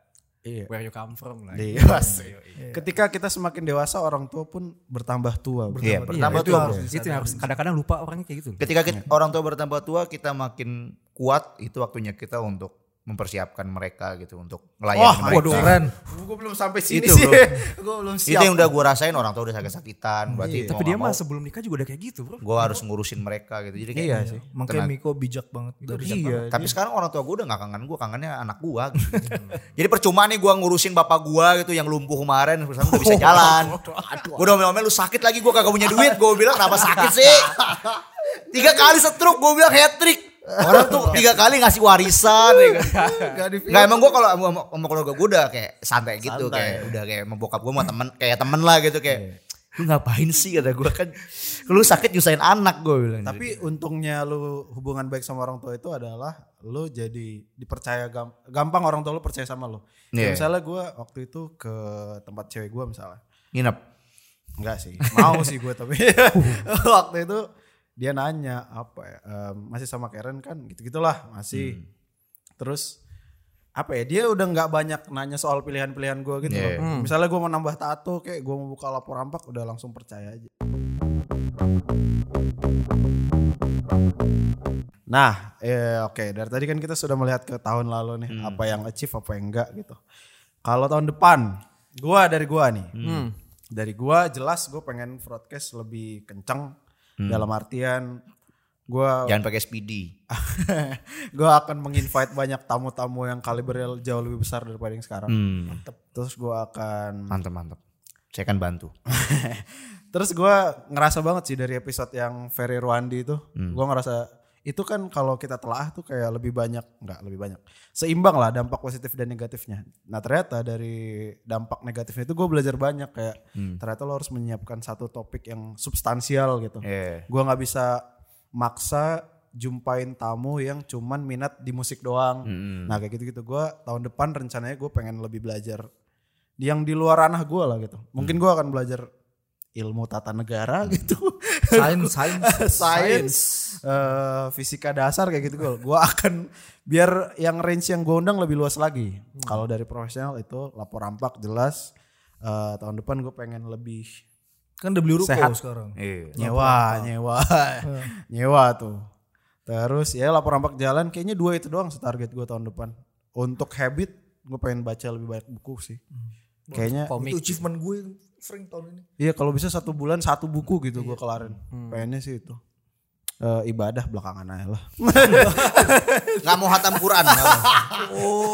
A: Iya.
D: where you come from lah.
A: Dewasa. gitu. Ketika kita semakin dewasa orang tua pun bertambah tua. Bro.
B: Iya, bertambah
C: itu
B: tua.
C: harus
B: bro.
D: Itu yang harus kadang-kadang lupa orangnya kayak gitu.
B: Ketika kita,
A: Iya.
B: orang tua bertambah tua, kita makin kuat. Itu waktunya kita untuk mempersiapkan mereka gitu untuk melayani
A: Wah,
B: mereka.
A: waduh,
C: Keren.
A: Gue belum sampai sini
B: Itu,
A: sih.
B: bro.
A: gue belum siap. Iya,
B: Itu yang udah gue rasain orang tua udah sakit-sakitan. Berarti
D: Tapi dia mah sebelum nikah juga udah kayak gitu, Bro.
B: gue harus ngurusin mereka gitu. Jadi kayak
A: Iya sih.
C: Makanya Miko bijak banget. Dari
A: Iya.
B: Tapi sekarang orang tua gue udah gak kangen gue, kangennya anak gue gitu. Jadi percuma nih gue ngurusin bapak gue gitu yang lumpuh kemarin, sekarang udah bisa jalan. Gue udah omel-omel lu sakit lagi gue kagak punya duit, gue bilang kenapa sakit sih? tiga kali setruk gue bilang hat trick. Orang tuh tiga kali ngasih warisan. ya kan.
A: Gak di
B: Gak emang gue kalau sama, sama- sama keluarga gue udah kayak santai gitu kayak udah kayak membokap gue mau temen kayak temen lah gitu kayak
A: Iya.
B: lu ngapain sih kata gue kan lu sakit nyusahin anak gue bilang
A: Tapi untungnya lu hubungan baik sama orang tua itu adalah lu jadi dipercaya gam- gampang orang tua lu percaya sama lu. Ya
B: Iya.
A: misalnya gue waktu itu ke tempat cewek gue misalnya.
B: nginep
A: Enggak sih. Mau sih gue tapi waktu itu dia nanya apa ya, em, masih sama Karen kan gitu-gitulah masih.
B: Hmm.
A: Terus apa ya dia udah nggak banyak nanya soal pilihan-pilihan gue gitu
B: Iya.
A: loh. Misalnya gue mau nambah tato kayak gue mau buka lapor rampak udah langsung percaya aja. Nah, eh, oke dari tadi kan kita sudah melihat ke tahun lalu nih apa yang achieve apa yang enggak gitu. Kalau tahun depan, gua dari gua nih, Hmm. dari gua jelas gue pengen broadcast lebih kencang dalam artian gua
B: jangan pakai speedy
A: gue akan menginvite banyak tamu-tamu yang kalibernya jauh lebih besar daripada yang sekarang.
B: Hmm.
A: Terus gua akan
B: Mantap, mantap. Saya akan bantu.
A: Terus gua ngerasa banget sih dari episode yang Ferry Ruandi itu, gua ngerasa itu kan kalau kita telah tuh kayak lebih banyak, nggak lebih banyak, seimbang lah dampak positif dan negatifnya. Nah ternyata dari dampak negatifnya itu gue belajar banyak kayak
B: Hmm.
A: ternyata lo harus menyiapkan satu topik yang substansial gitu.
B: Iya.
A: Gua nggak bisa maksa jumpain tamu yang cuman minat di musik doang.
B: Hmm.
A: Nah kayak gitu-gitu gua tahun depan rencananya gue pengen lebih belajar yang di luar ranah gua lah gitu. Mungkin gua akan belajar ilmu tata negara gitu,
C: Sains, sains.
A: sains, eh, fisika dasar kayak gitu gue. Gua akan biar yang range yang gue undang lebih luas lagi. Kalau dari profesional itu lapor rampak jelas. Eh, tahun depan gue pengen lebih
C: Kan udah beli ruko
A: Sehat.
C: sekarang.
A: Eh.
B: Iya.
A: nyewa nyewa nyewa tuh terus ya lapor rampak jalan kayaknya dua itu doang target gue tahun depan untuk habit gue pengen baca lebih banyak buku sih kayaknya
D: Komik.
C: Itu achievement gue sering tahun ini.
A: iya kalau bisa satu bulan satu buku gitu gue kelarin pengennya sih itu Eh, ibadah belakangan aja lah
B: Gak mau hatam Quran. nggak mau.
A: Oh.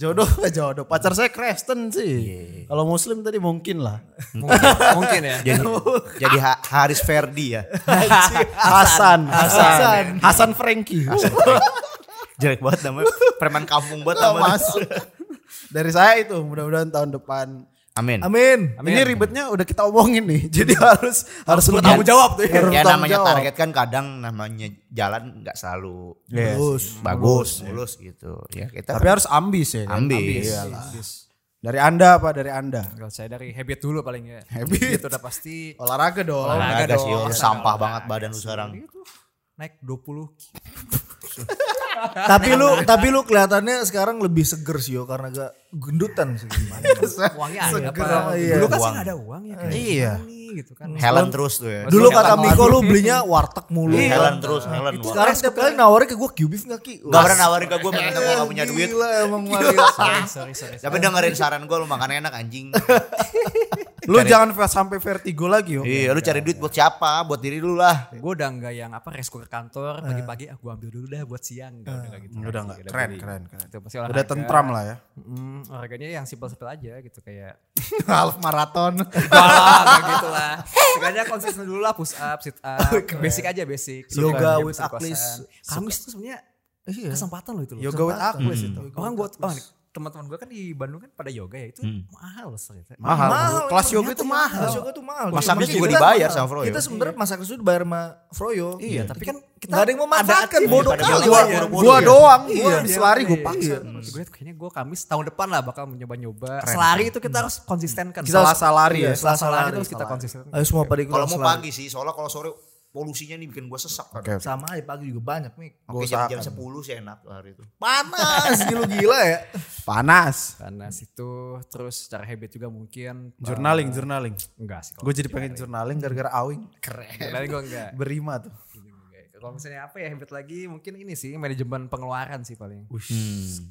A: jodoh jodoh pacar saya Kristen sih kalau Muslim tadi mungkin lah
D: Mungkin, mungkin ya.
B: jadi, jadi Ha- Haris Ferdi ya.
A: Hasan Hasan Hasan Frankie
B: Jelek banget namanya. Preman kampung banget namanya.
A: Mas dari saya itu mudah-mudahan tahun depan
B: Amin.
C: Amin.
D: Amin.
A: Ini ribetnya udah kita omongin nih, jadi harus harus bertanggung jawab tuh. harus
B: Ya
A: bertanggung
B: namanya
A: jawab.
B: target kan kadang namanya jalan nggak selalu
A: Yes.
B: bagus, mulus gitu. Ya kita
A: Tapi harus ambis ya. kan?
B: ambis.
A: Iyalah. Dari Anda apa dari Anda?
D: Kalau saya dari habit dulu paling ya.
A: Habit.
D: Itu udah pasti.
A: Olahraga dong.
B: Olahraga
D: Olahraga
B: sih,
D: dong.
B: lu sampah banget badan lu sekarang.
D: Gitu. Naik 20
C: tapi lu tapi lu kelihatannya sekarang lebih seger sih yo karena agak gendutan sih gimana.
D: uangnya ada
C: Seger,
D: apa?
C: iya.
D: Dulu kan
B: Uang.
D: saya gak ada uang ya. kayak
B: Iya.
D: gimana nih, gitu kan.
B: Helen terus tuh ya.
C: Dulu kata
B: Helen-
C: Miko lu belinya warteg mulu.
B: Helen terus, Helen.
C: Itu kan sekarang setiap kali nawarin ke gua Cubis enggak Ki?
B: Gak pernah nawarin ke gue minta gue gak punya duit.
C: Gila emang
A: Iya.
C: Mario.
D: Sorry, sorry, sorry.
B: Tapi dengerin saran gue lu makan enak anjing.
A: Lu jangan sampai vertigo lagi yo.
B: iya, lu cari duit buat siapa? Buat diri lu lah.
D: Gue udah nggak yang apa resko ke kantor pagi-pagi ah gue ambil dulu dah buat siang Nggak, udah nggak gitu
A: Udah nggak. Keren,
D: beli.
A: keren, keren.
D: Itu pasti
A: Udah
D: olahraga.
A: tentram lah ya.
D: Mm, olahraganya yang simpel-simpel aja gitu kayak
A: Half maraton.
D: Gak lah, gak gitu lah. Sekarang konsisten dulu lah push up, sit up. basic aja basic.
C: Yoga
D: Iya,
C: with
D: bisa di
C: Aklis.
D: kosan. Kamis tuh sebenarnya kesempatan loh itu loh.
A: Iya. Yoga with
C: Kesempatan.
A: Aquas itu.
D: Orang buat oh, nih, teman-teman gue kan di Bandung kan pada yoga ya itu mahal loh ternyata.
A: Hmm.
B: Ah,
A: Mahal. Kelas
C: emang
A: yoga
C: ternyata
A: itu
C: ya.
A: mahal.
C: Kelas yoga itu mahal.
B: Mas
C: Cuma
B: Agnes
C: kita
B: juga
C: kan
B: dibayar
C: mahal.
B: sama Froyo.
C: Kita sebenarnya Mas Agnes itu dibayar sama Froyo.
D: Iya, tapi kan kita
C: Gak ada yang memanfaatkan
D: ada
C: bodoh
B: aktivitas.
C: kali.
B: Gua-
C: Iya.
B: buru-buru.
A: Gua
B: Iya.
A: doang,
D: Iya,
A: gua selari
D: makanya
A: gue paksa.
D: iya. Terus Gue tuh kayaknya gue Kamis tahun depan lah bakal nyoba-nyoba. Selari itu kita harus konsistenkan.
A: Hmm. Kita Selasa lari ya.
C: Iya, Selasa
D: Selasa
C: lari
D: lari terus kita
C: Selasa.
D: konsistenkan.
C: Ayo semua pada ikut
B: Kalau mau
C: Selasa.
B: pagi sih, soalnya kalau sore polusinya nih bikin gue sesak. kan.
A: Oke.
C: sama aja pagi juga banyak nih.
B: Oke,
A: Gua
B: jam, jam
A: usahakan.
B: 10 sih enak hari itu.
C: Panas gila gila ya.
A: Panas.
D: Karena situ terus secara habit juga mungkin eh,
A: Journaling, journaling.
D: enggak sih.
A: Gue jadi pengen journaling gara-gara awing.
D: keren. gue enggak.
A: Berima tuh.
D: Gitu, Kalau misalnya apa ya habit lagi mungkin ini sih manajemen pengeluaran sih paling.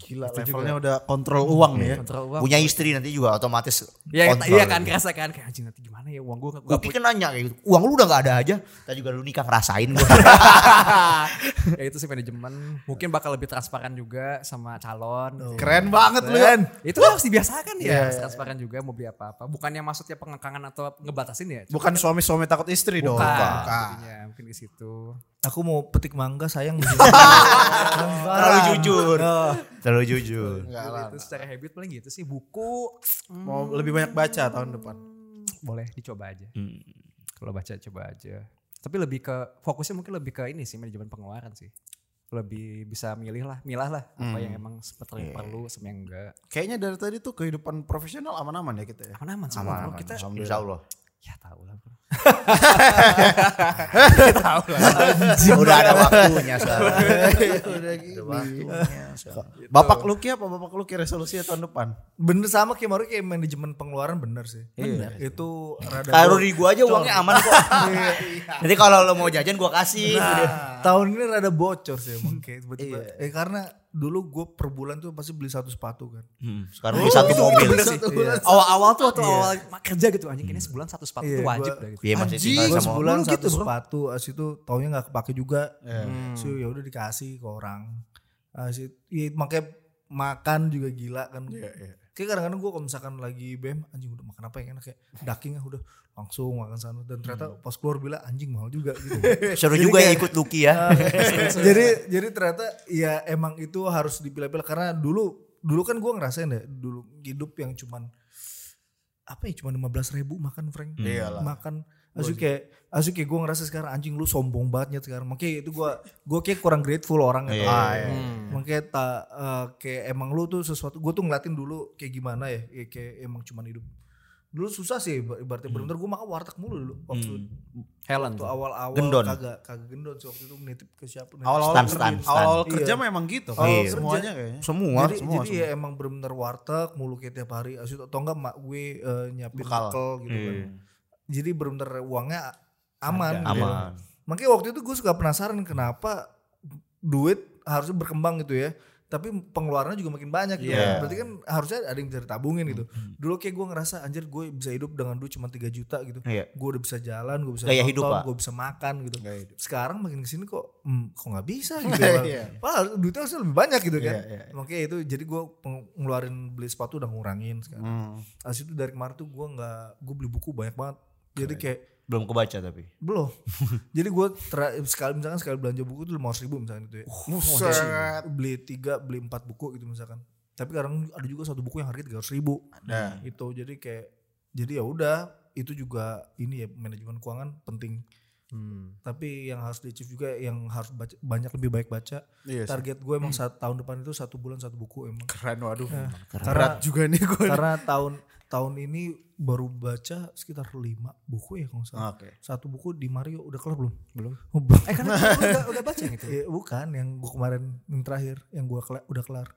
A: Gila levelnya udah kontrol uang nih ya.
D: Kontrol uang.
B: Punya istri nanti juga otomatis
D: Iya
B: kontrol.
D: iya kan kerasa kan kayak anjing nanti gimana ya uang gue gak
B: Upi kan nanya kayak gitu, uang lu udah gak ada aja. Tadi juga lu nikah ngerasain gue.
D: ya itu sih manajemen mungkin bakal lebih transparan juga sama calon. Iya.
A: Keren banget lu ya.
D: Itu harus dibiasakan ya harus transparan juga mau beli apa-apa. Bukannya maksudnya pengekangan atau ngebatasin ya.
A: Bukan suami-suami takut istri dong.
D: Bukan. Mungkin di situ.
C: Aku mau petik mangga sayang.
B: Terlalu jujur. Terlalu jujur.
D: Itu secara habit paling gitu sih buku
A: Mau lebih banyak baca tahun depan.
D: boleh dicoba aja. Kalau baca coba aja. Tapi lebih ke fokusnya mungkin lebih ke ini sih manajemen pengeluaran sih. Lebih bisa milih lah, milah lah apa yang emang sebetulnya perlu sama yang enggak.
A: Kayaknya dari tadi tuh kehidupan profesional aman-aman ya kita ya.
D: Aman-aman sih
B: Nah,
D: bro. Oh, kita
B: Insya Allah.
D: ya tahu lah. bro.
B: Udah ada waktunya sekarang.
A: Udah
B: Ada
A: gini.
B: waktunya sekarang.
A: Bapak Luki apa Bapak Luki resolusinya tahun depan?
C: Bener sama kayak Mario kayak manajemen pengeluaran bener sih. Bener. Itu rada
B: Kalau di gua aja uangnya aman kok. Jadi kalau lo mau jajan gua kasih. Udah.
C: Nah, tahun ini rada bocor sih emang kayak tiba-tiba.
B: Iya.
C: Eh karena dulu gue per bulan tuh pasti beli satu sepatu kan.
B: Hmm,
A: Oh,
B: Sekarang beli satu
A: iya,
B: mobil. Iya.
C: Beli satu bulan.
D: Awal-awal tuh atau awal kerja gitu anjing ini sebulan satu sepatu
C: Iya,
D: tuh wajib
C: gua-
D: dah gitu.
B: Iya masih
A: Anjing,
B: tinggal
C: Gue
B: sama
C: sebulan
D: Lu
C: satu
D: gitu, bro?
C: sepatu, as itu taunya nggak kepake juga.
B: Iya.
C: So ya udah dikasih ke orang. As itu, ya, makanya makan juga gila kan.
B: Iya,
C: Kayak kadang-kadang gue kalau misalkan lagi BM, anjing udah makan apa yang enak ya. Daging ah, udah langsung makan sana. Dan
B: Hmm.
C: ternyata pas keluar bila anjing mahal juga gitu.
B: Seru juga ya ikut Lucky
A: Nah.
B: ya.
C: jadi jadi ternyata ya emang itu harus dipilah-pilah karena dulu dulu kan gue ngerasain ya dulu hidup yang cuman apa ya cuman 15 ribu makan Frank
B: Hmm.
A: Iyalah.
C: makan Asyik kayak asyik kayak gue ngerasa sekarang anjing lu sombong banget ya sekarang makanya itu gue gue kayak kurang grateful orang ya
B: Iya.
C: Ah, iya.
D: Hmm.
C: makanya tak eh, kayak emang lu tuh sesuatu gue tuh ngeliatin dulu kayak gimana ya kayak, kayak emang cuman hidup dulu susah sih ibar- ibaratnya
B: Hmm.
C: bener-bener gue makan warteg mulu dulu waktu
D: Helen
C: waktu
D: tuh.
C: awal-awal
B: Gendon.
C: kagak kagak gendon sih waktu itu nitip ke siapa nitip
A: Awal-awal
B: Stan,
A: kerja,
B: Stan, Stan.
A: awal-awal kerja
C: Iya.
A: memang gitu.
C: Awal
A: Iya.
C: kerja.
A: Semuanya kayaknya.
B: Semua.
C: jadi,
A: semua,
C: jadi ya emang bener-bener warteg mulu kayak tiap hari asyik atau enggak mak gue eh, nyiapin
A: Bekal. Hmm.
C: bekal gitu
A: Iya.
C: kan jadi bener-bener uangnya aman gitu.
B: Aman.
C: makanya waktu itu gue suka penasaran kenapa duit harusnya berkembang gitu ya tapi pengeluarannya juga makin banyak gitu kan.
A: Iya. Hmm.
C: berarti kan harusnya ada yang bisa ditabungin gitu dulu kayak gue ngerasa anjir gue bisa hidup dengan duit cuma 3 juta gitu
B: Iya.
C: gue udah bisa jalan gue bisa
B: Gaya hidup, Pak.
C: gue bisa makan gitu
A: Gaya hidup.
C: sekarang makin kesini kok hmm, kok nggak bisa gitu
A: Iya.
C: Padahal duitnya harusnya lebih banyak gitu kan.
A: Iya, iya,
C: Makanya itu jadi gue ngeluarin beli sepatu udah ngurangin sekarang.
A: Hmm.
C: Habis itu dari kemarin tuh gue nggak gue beli buku banyak banget. Jadi kayak
B: Belum kebaca tapi.
C: belum. jadi gue sekali misalkan sekali belanja buku tuh lima ribu misalkan gitu ya.
A: Buset.
C: Beli tiga, beli empat buku gitu misalkan. Tapi kadang ada juga satu buku yang harganya tiga ribu. gitu.
A: Ada.
C: Itu jadi kayak jadi ya udah itu juga ini ya manajemen keuangan penting.
D: Hmm.
C: tapi yang harus di achieve juga yang harus baca, banyak lebih baik baca
A: Iya sih.
C: target gue emang saat tahun depan itu satu bulan satu buku emang
A: Keren waduh.
C: karena
A: Berat juga nih gue.
C: karena tahun tahun ini baru baca sekitar lima buku ya kalau nggak
B: Nah.
C: salah
A: Oke.
C: satu buku di Mario udah kelar belum
D: Belum.
C: Oh, belum.
D: Eh karena lu udah, udah baca gitu. yang itu.
C: Ya, bukan yang gue kemarin yang terakhir yang gue kela- udah kelar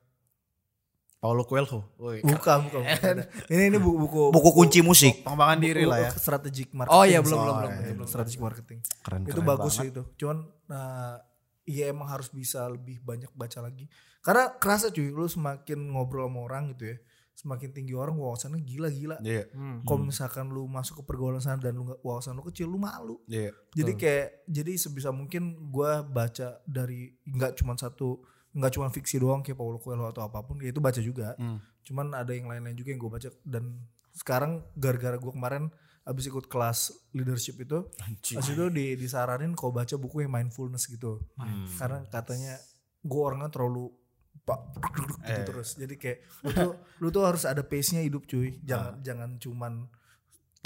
A: Paulo Coelho. Woi.
C: bukan bukan, bukan ada. ini ini buku buku,
B: Buku kunci musik.
A: Pengembangan diri lah ya.
C: strategic marketing
D: Oh iya belum belum
A: Soalnya.
D: belum belum. belum.
C: strategic marketing
A: Keren
C: itu bagus sih itu cuman nah iya emang harus bisa lebih banyak baca lagi karena kerasa cuy lu semakin ngobrol sama orang gitu ya semakin tinggi orang wawasannya gila-gila
A: Iya.
D: Hmm.
C: kalau misalkan lu masuk ke pergaulan sana dan lu nggak wawasan lu kecil lu malu
A: Iya.
C: jadi kayak jadi sebisa mungkin gua baca dari nggak cuma satu nggak cuma fiksi doang kayak Paulo Coelho atau apapun ya itu baca juga
A: Hmm.
C: cuman ada yang lain-lain juga yang gue baca dan sekarang gara-gara gua kemarin abis ikut kelas leadership itu
A: Anjing.
C: Pas itu di, disaranin kau baca buku yang mindfulness gitu.
B: Hmm.
C: Karena katanya gue orangnya terlalu pak gitu
A: Eh.
C: terus. Jadi kayak lu tuh, lu tuh harus ada pace-nya hidup cuy. Jangan jangan cuman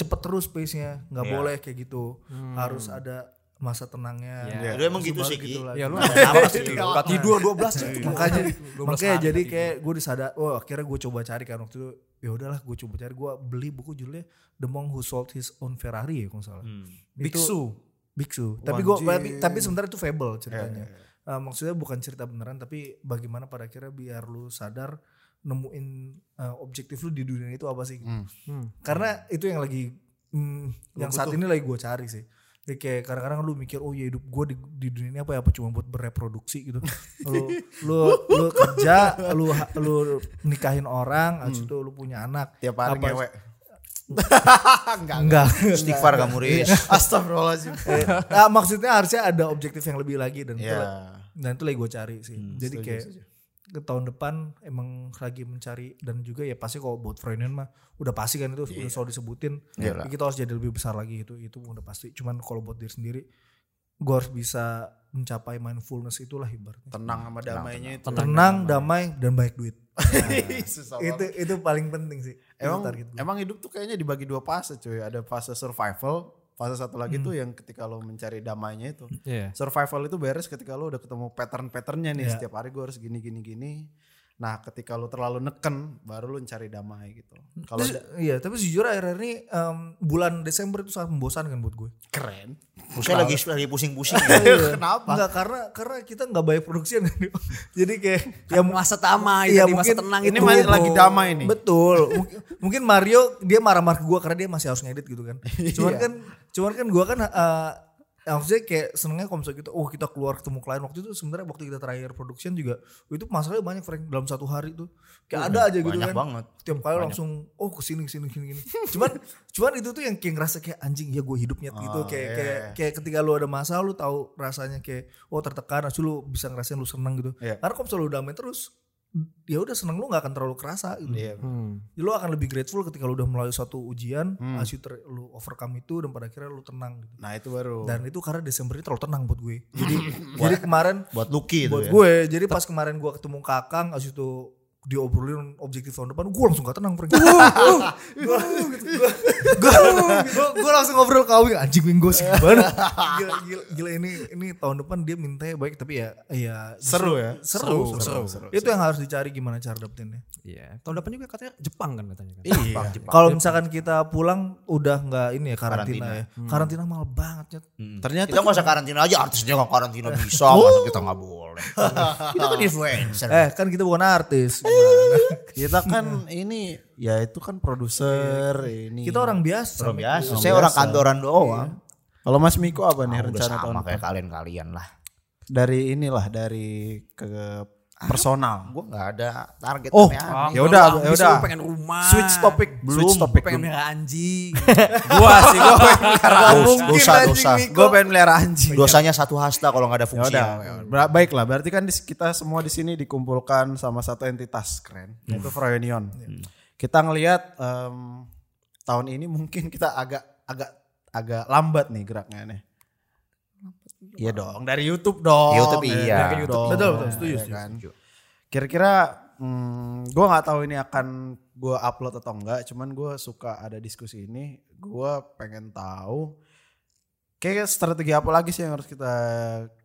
C: cepet terus pace-nya. nggak
B: Ah. Iya.
C: boleh kayak gitu.
D: Hmm.
C: Harus ada masa tenangnya.
D: Iya.
B: Itu emang gitu
C: Baru
B: sih, Ki.
C: gitu lagi.
D: Ya lu
B: Kenapa sih?
D: Gak
B: tidur 12
D: Hmm.
B: jam.
C: makanya
D: 12
C: makanya
D: Iya. hari
C: jadi
D: tidur.
C: kayak gue disadar oh akhirnya gue coba cari kan waktu itu ya udahlah gue coba cari gue beli buku judulnya The Monk Who Sold His Own Ferrari ya kalau nggak salah Itu- Biksu. Tapi gua
A: Anjing.
C: tapi, tapi sebenarnya itu fable
B: Iya,
C: ceritanya. Eh, maksudnya bukan cerita beneran tapi bagaimana pada akhirnya biar lu sadar nemuin eh, objektif lu di dunia itu apa sih? gitu.
A: Hmm.
D: Hmm.
C: Karena itu yang lagi hmm,
A: Lu
C: yang saat
A: butuh.
C: ini lagi gua cari sih. Jadi kayak kadang-kadang lu mikir oh ya hidup gua di, di dunia ini apa ya apa cuma buat bereproduksi gitu. lu lu lu kerja, lu lu nikahin orang, habis itu lu punya anak.
A: Hmm. Tiap hari
C: Apa-
A: ngewe. Enggak.
C: Enggak.
B: Istighfar Iya. kamu Riz.
A: Iya. Astagfirullahaladzim.
C: Ah, maksudnya harusnya ada objektif yang lebih lagi dan itu
A: Iya.
C: Nah itu lagi gue cari sih. Jadi
A: Hmm, setuju,
C: kayak
A: setuju.
C: ke tahun depan emang lagi mencari dan juga ya pasti kalau buat Freudian mah udah pasti kan itu udah selalu disebutin.
B: Iya lah.
C: Kita harus jadi lebih besar lagi itu itu udah pasti. Cuman kalau buat diri sendiri gue harus bisa mencapai mindfulness itulah ibaratnya.
A: Tenang sama damainya itu.
C: Tenang, damai dan baik duit.
A: Susah banget.
C: itu
A: gitu.
C: itu paling penting sih. Itu
A: Emang
C: target gue.
A: emang hidup tuh kayaknya dibagi dua fase cuy. Ada fase survival, fase satu lagi tuh yang ketika lo mencari damainya itu.
D: Iya.
A: Survival itu beres ketika lo udah ketemu pattern-patternnya nih.
C: Iya.
A: Setiap hari gue harus gini gini gini. Nah, ketika lo terlalu neken, baru lo mencari damai gitu. Kalau
C: Terus,
A: ada-
C: iya, tapi sejujurnya akhir-akhir ini em, bulan Desember itu sangat membosankan buat gue.
A: keren. Iya.
B: Saya lagi lagi pusing-pusing. ya.
A: Kenapa?
C: Enggak karena karena kita nggak banyak produksi Jadi kayak
A: Kan
D: Ya masa tamai
C: Iya,
D: tadi, masa
C: mungkin
D: tenang
A: Ini
D: itu.
A: masih lagi damai nih.
C: Betul. Mungkin- Mungkin Mario dia marah-marah ke gue karena dia masih harus ngedit gitu kan. Cuman
A: Iya.
C: kan cuman kan gue kan eh, maksudnya kayak senengnya kalau misalnya gitu, oh kita keluar ketemu klien waktu itu sebenarnya waktu kita terakhir production juga itu masalahnya banyak Frank dalam satu hari tuh
A: Iya,
C: kayak ada aja gitu
B: banyak
C: kan
B: banget.
C: tiap kali langsung oh kesini kesini kesini kesini. cuman cuman itu tuh yang kayak ngerasa kayak anjing ya gue hidupnya gitu
A: Oh,
C: kayak
A: iya,
C: kayak
A: iya.
C: kayak ketika lu ada masalah lu tahu rasanya kayak oh tertekan harus lu bisa ngerasain lu seneng gitu
A: Iya.
C: karena kalau misalnya lu damai terus ya udah seneng lu nggak akan terlalu kerasa gitu
A: Iya.
D: Hmm.
C: Ya, lu akan lebih grateful ketika lu udah melalui suatu ujian
A: Hmm.
C: asyik ter- lu overcome itu dan pada akhirnya lu tenang gitu
A: Nah, itu baru.
C: dan itu karena Desember ini terlalu tenang buat gue jadi jadi kemarin
B: Buat Lucky itu
C: buat
B: ya.
C: gue jadi pas kemarin gue ketemu kakang abis itu diobrolin objektif tahun depan gue langsung gak tenang Frank gue gue langsung ngobrol ke Awi anjing minggu sih gimana gila, gila, gila ini ini tahun depan dia minta baik tapi ya ya
A: seru ya.
C: seru
A: seru,
C: seru,
A: seru,
C: itu yang harus dicari gimana cara dapetinnya
D: Iya. Tahun depan juga katanya Jepang kan katanya kan.
A: Iya.
C: kalau misalkan kita pulang udah nggak ini ya
B: Karantina.
C: karantina, ya karantina mahal banget Nyet.
A: Ternyata
B: Kita nggak usah karantina aja, artisnya nggak karantina bisa, masa kita nggak boleh. kita kan influencer.
C: eh kan kita bukan artis
A: kita kan ini ya itu kan produser ini.
C: kita orang biasa
B: Orang biasa,
A: Orang
B: saya orang
A: biasa.
B: kantoran doang.
A: Kalau Mas Miko apa nih
B: Ah, udah
A: rencana
B: sama
A: tahun
B: kayak
A: depan?
B: kalian-kalian lah.
A: Dari inilah dari ke personal.
B: Gue nggak ada target
A: Oh,
D: ah,
B: aneh-aneh.
A: ya udah,
D: Ambisi
A: ya udah.
D: lu Pengen rumah.
A: Switch topic,
D: Belum.
A: switch topic
D: Pengen
A: dulu.
D: merah anjing.
A: gua sih gua pengen melihara
B: Dosa,
A: anjing.
B: dosa,
A: anjing,
B: dosa.
A: Miko. Gua pengen melihara anjing.
B: Dosanya satu hasta kalau nggak ada
A: Ya
B: fungsi.
A: udah, Ber- baiklah. Berarti kan di, kita semua di sini dikumpulkan sama satu entitas keren, yaitu Froyonion. Kita ngelihat em, tahun ini mungkin kita agak agak agak lambat nih geraknya nih. Iya dong, dari YouTube dong.
B: YouTube iya.
A: Dari YouTube dong.
C: Betul, betul, setuju,
A: ya
C: setuju,
A: kan? Kira-kira hmm, gue nggak tahu ini akan gue upload atau enggak, cuman gue suka ada diskusi ini. Gue pengen tahu Kayak strategi apa lagi sih yang harus kita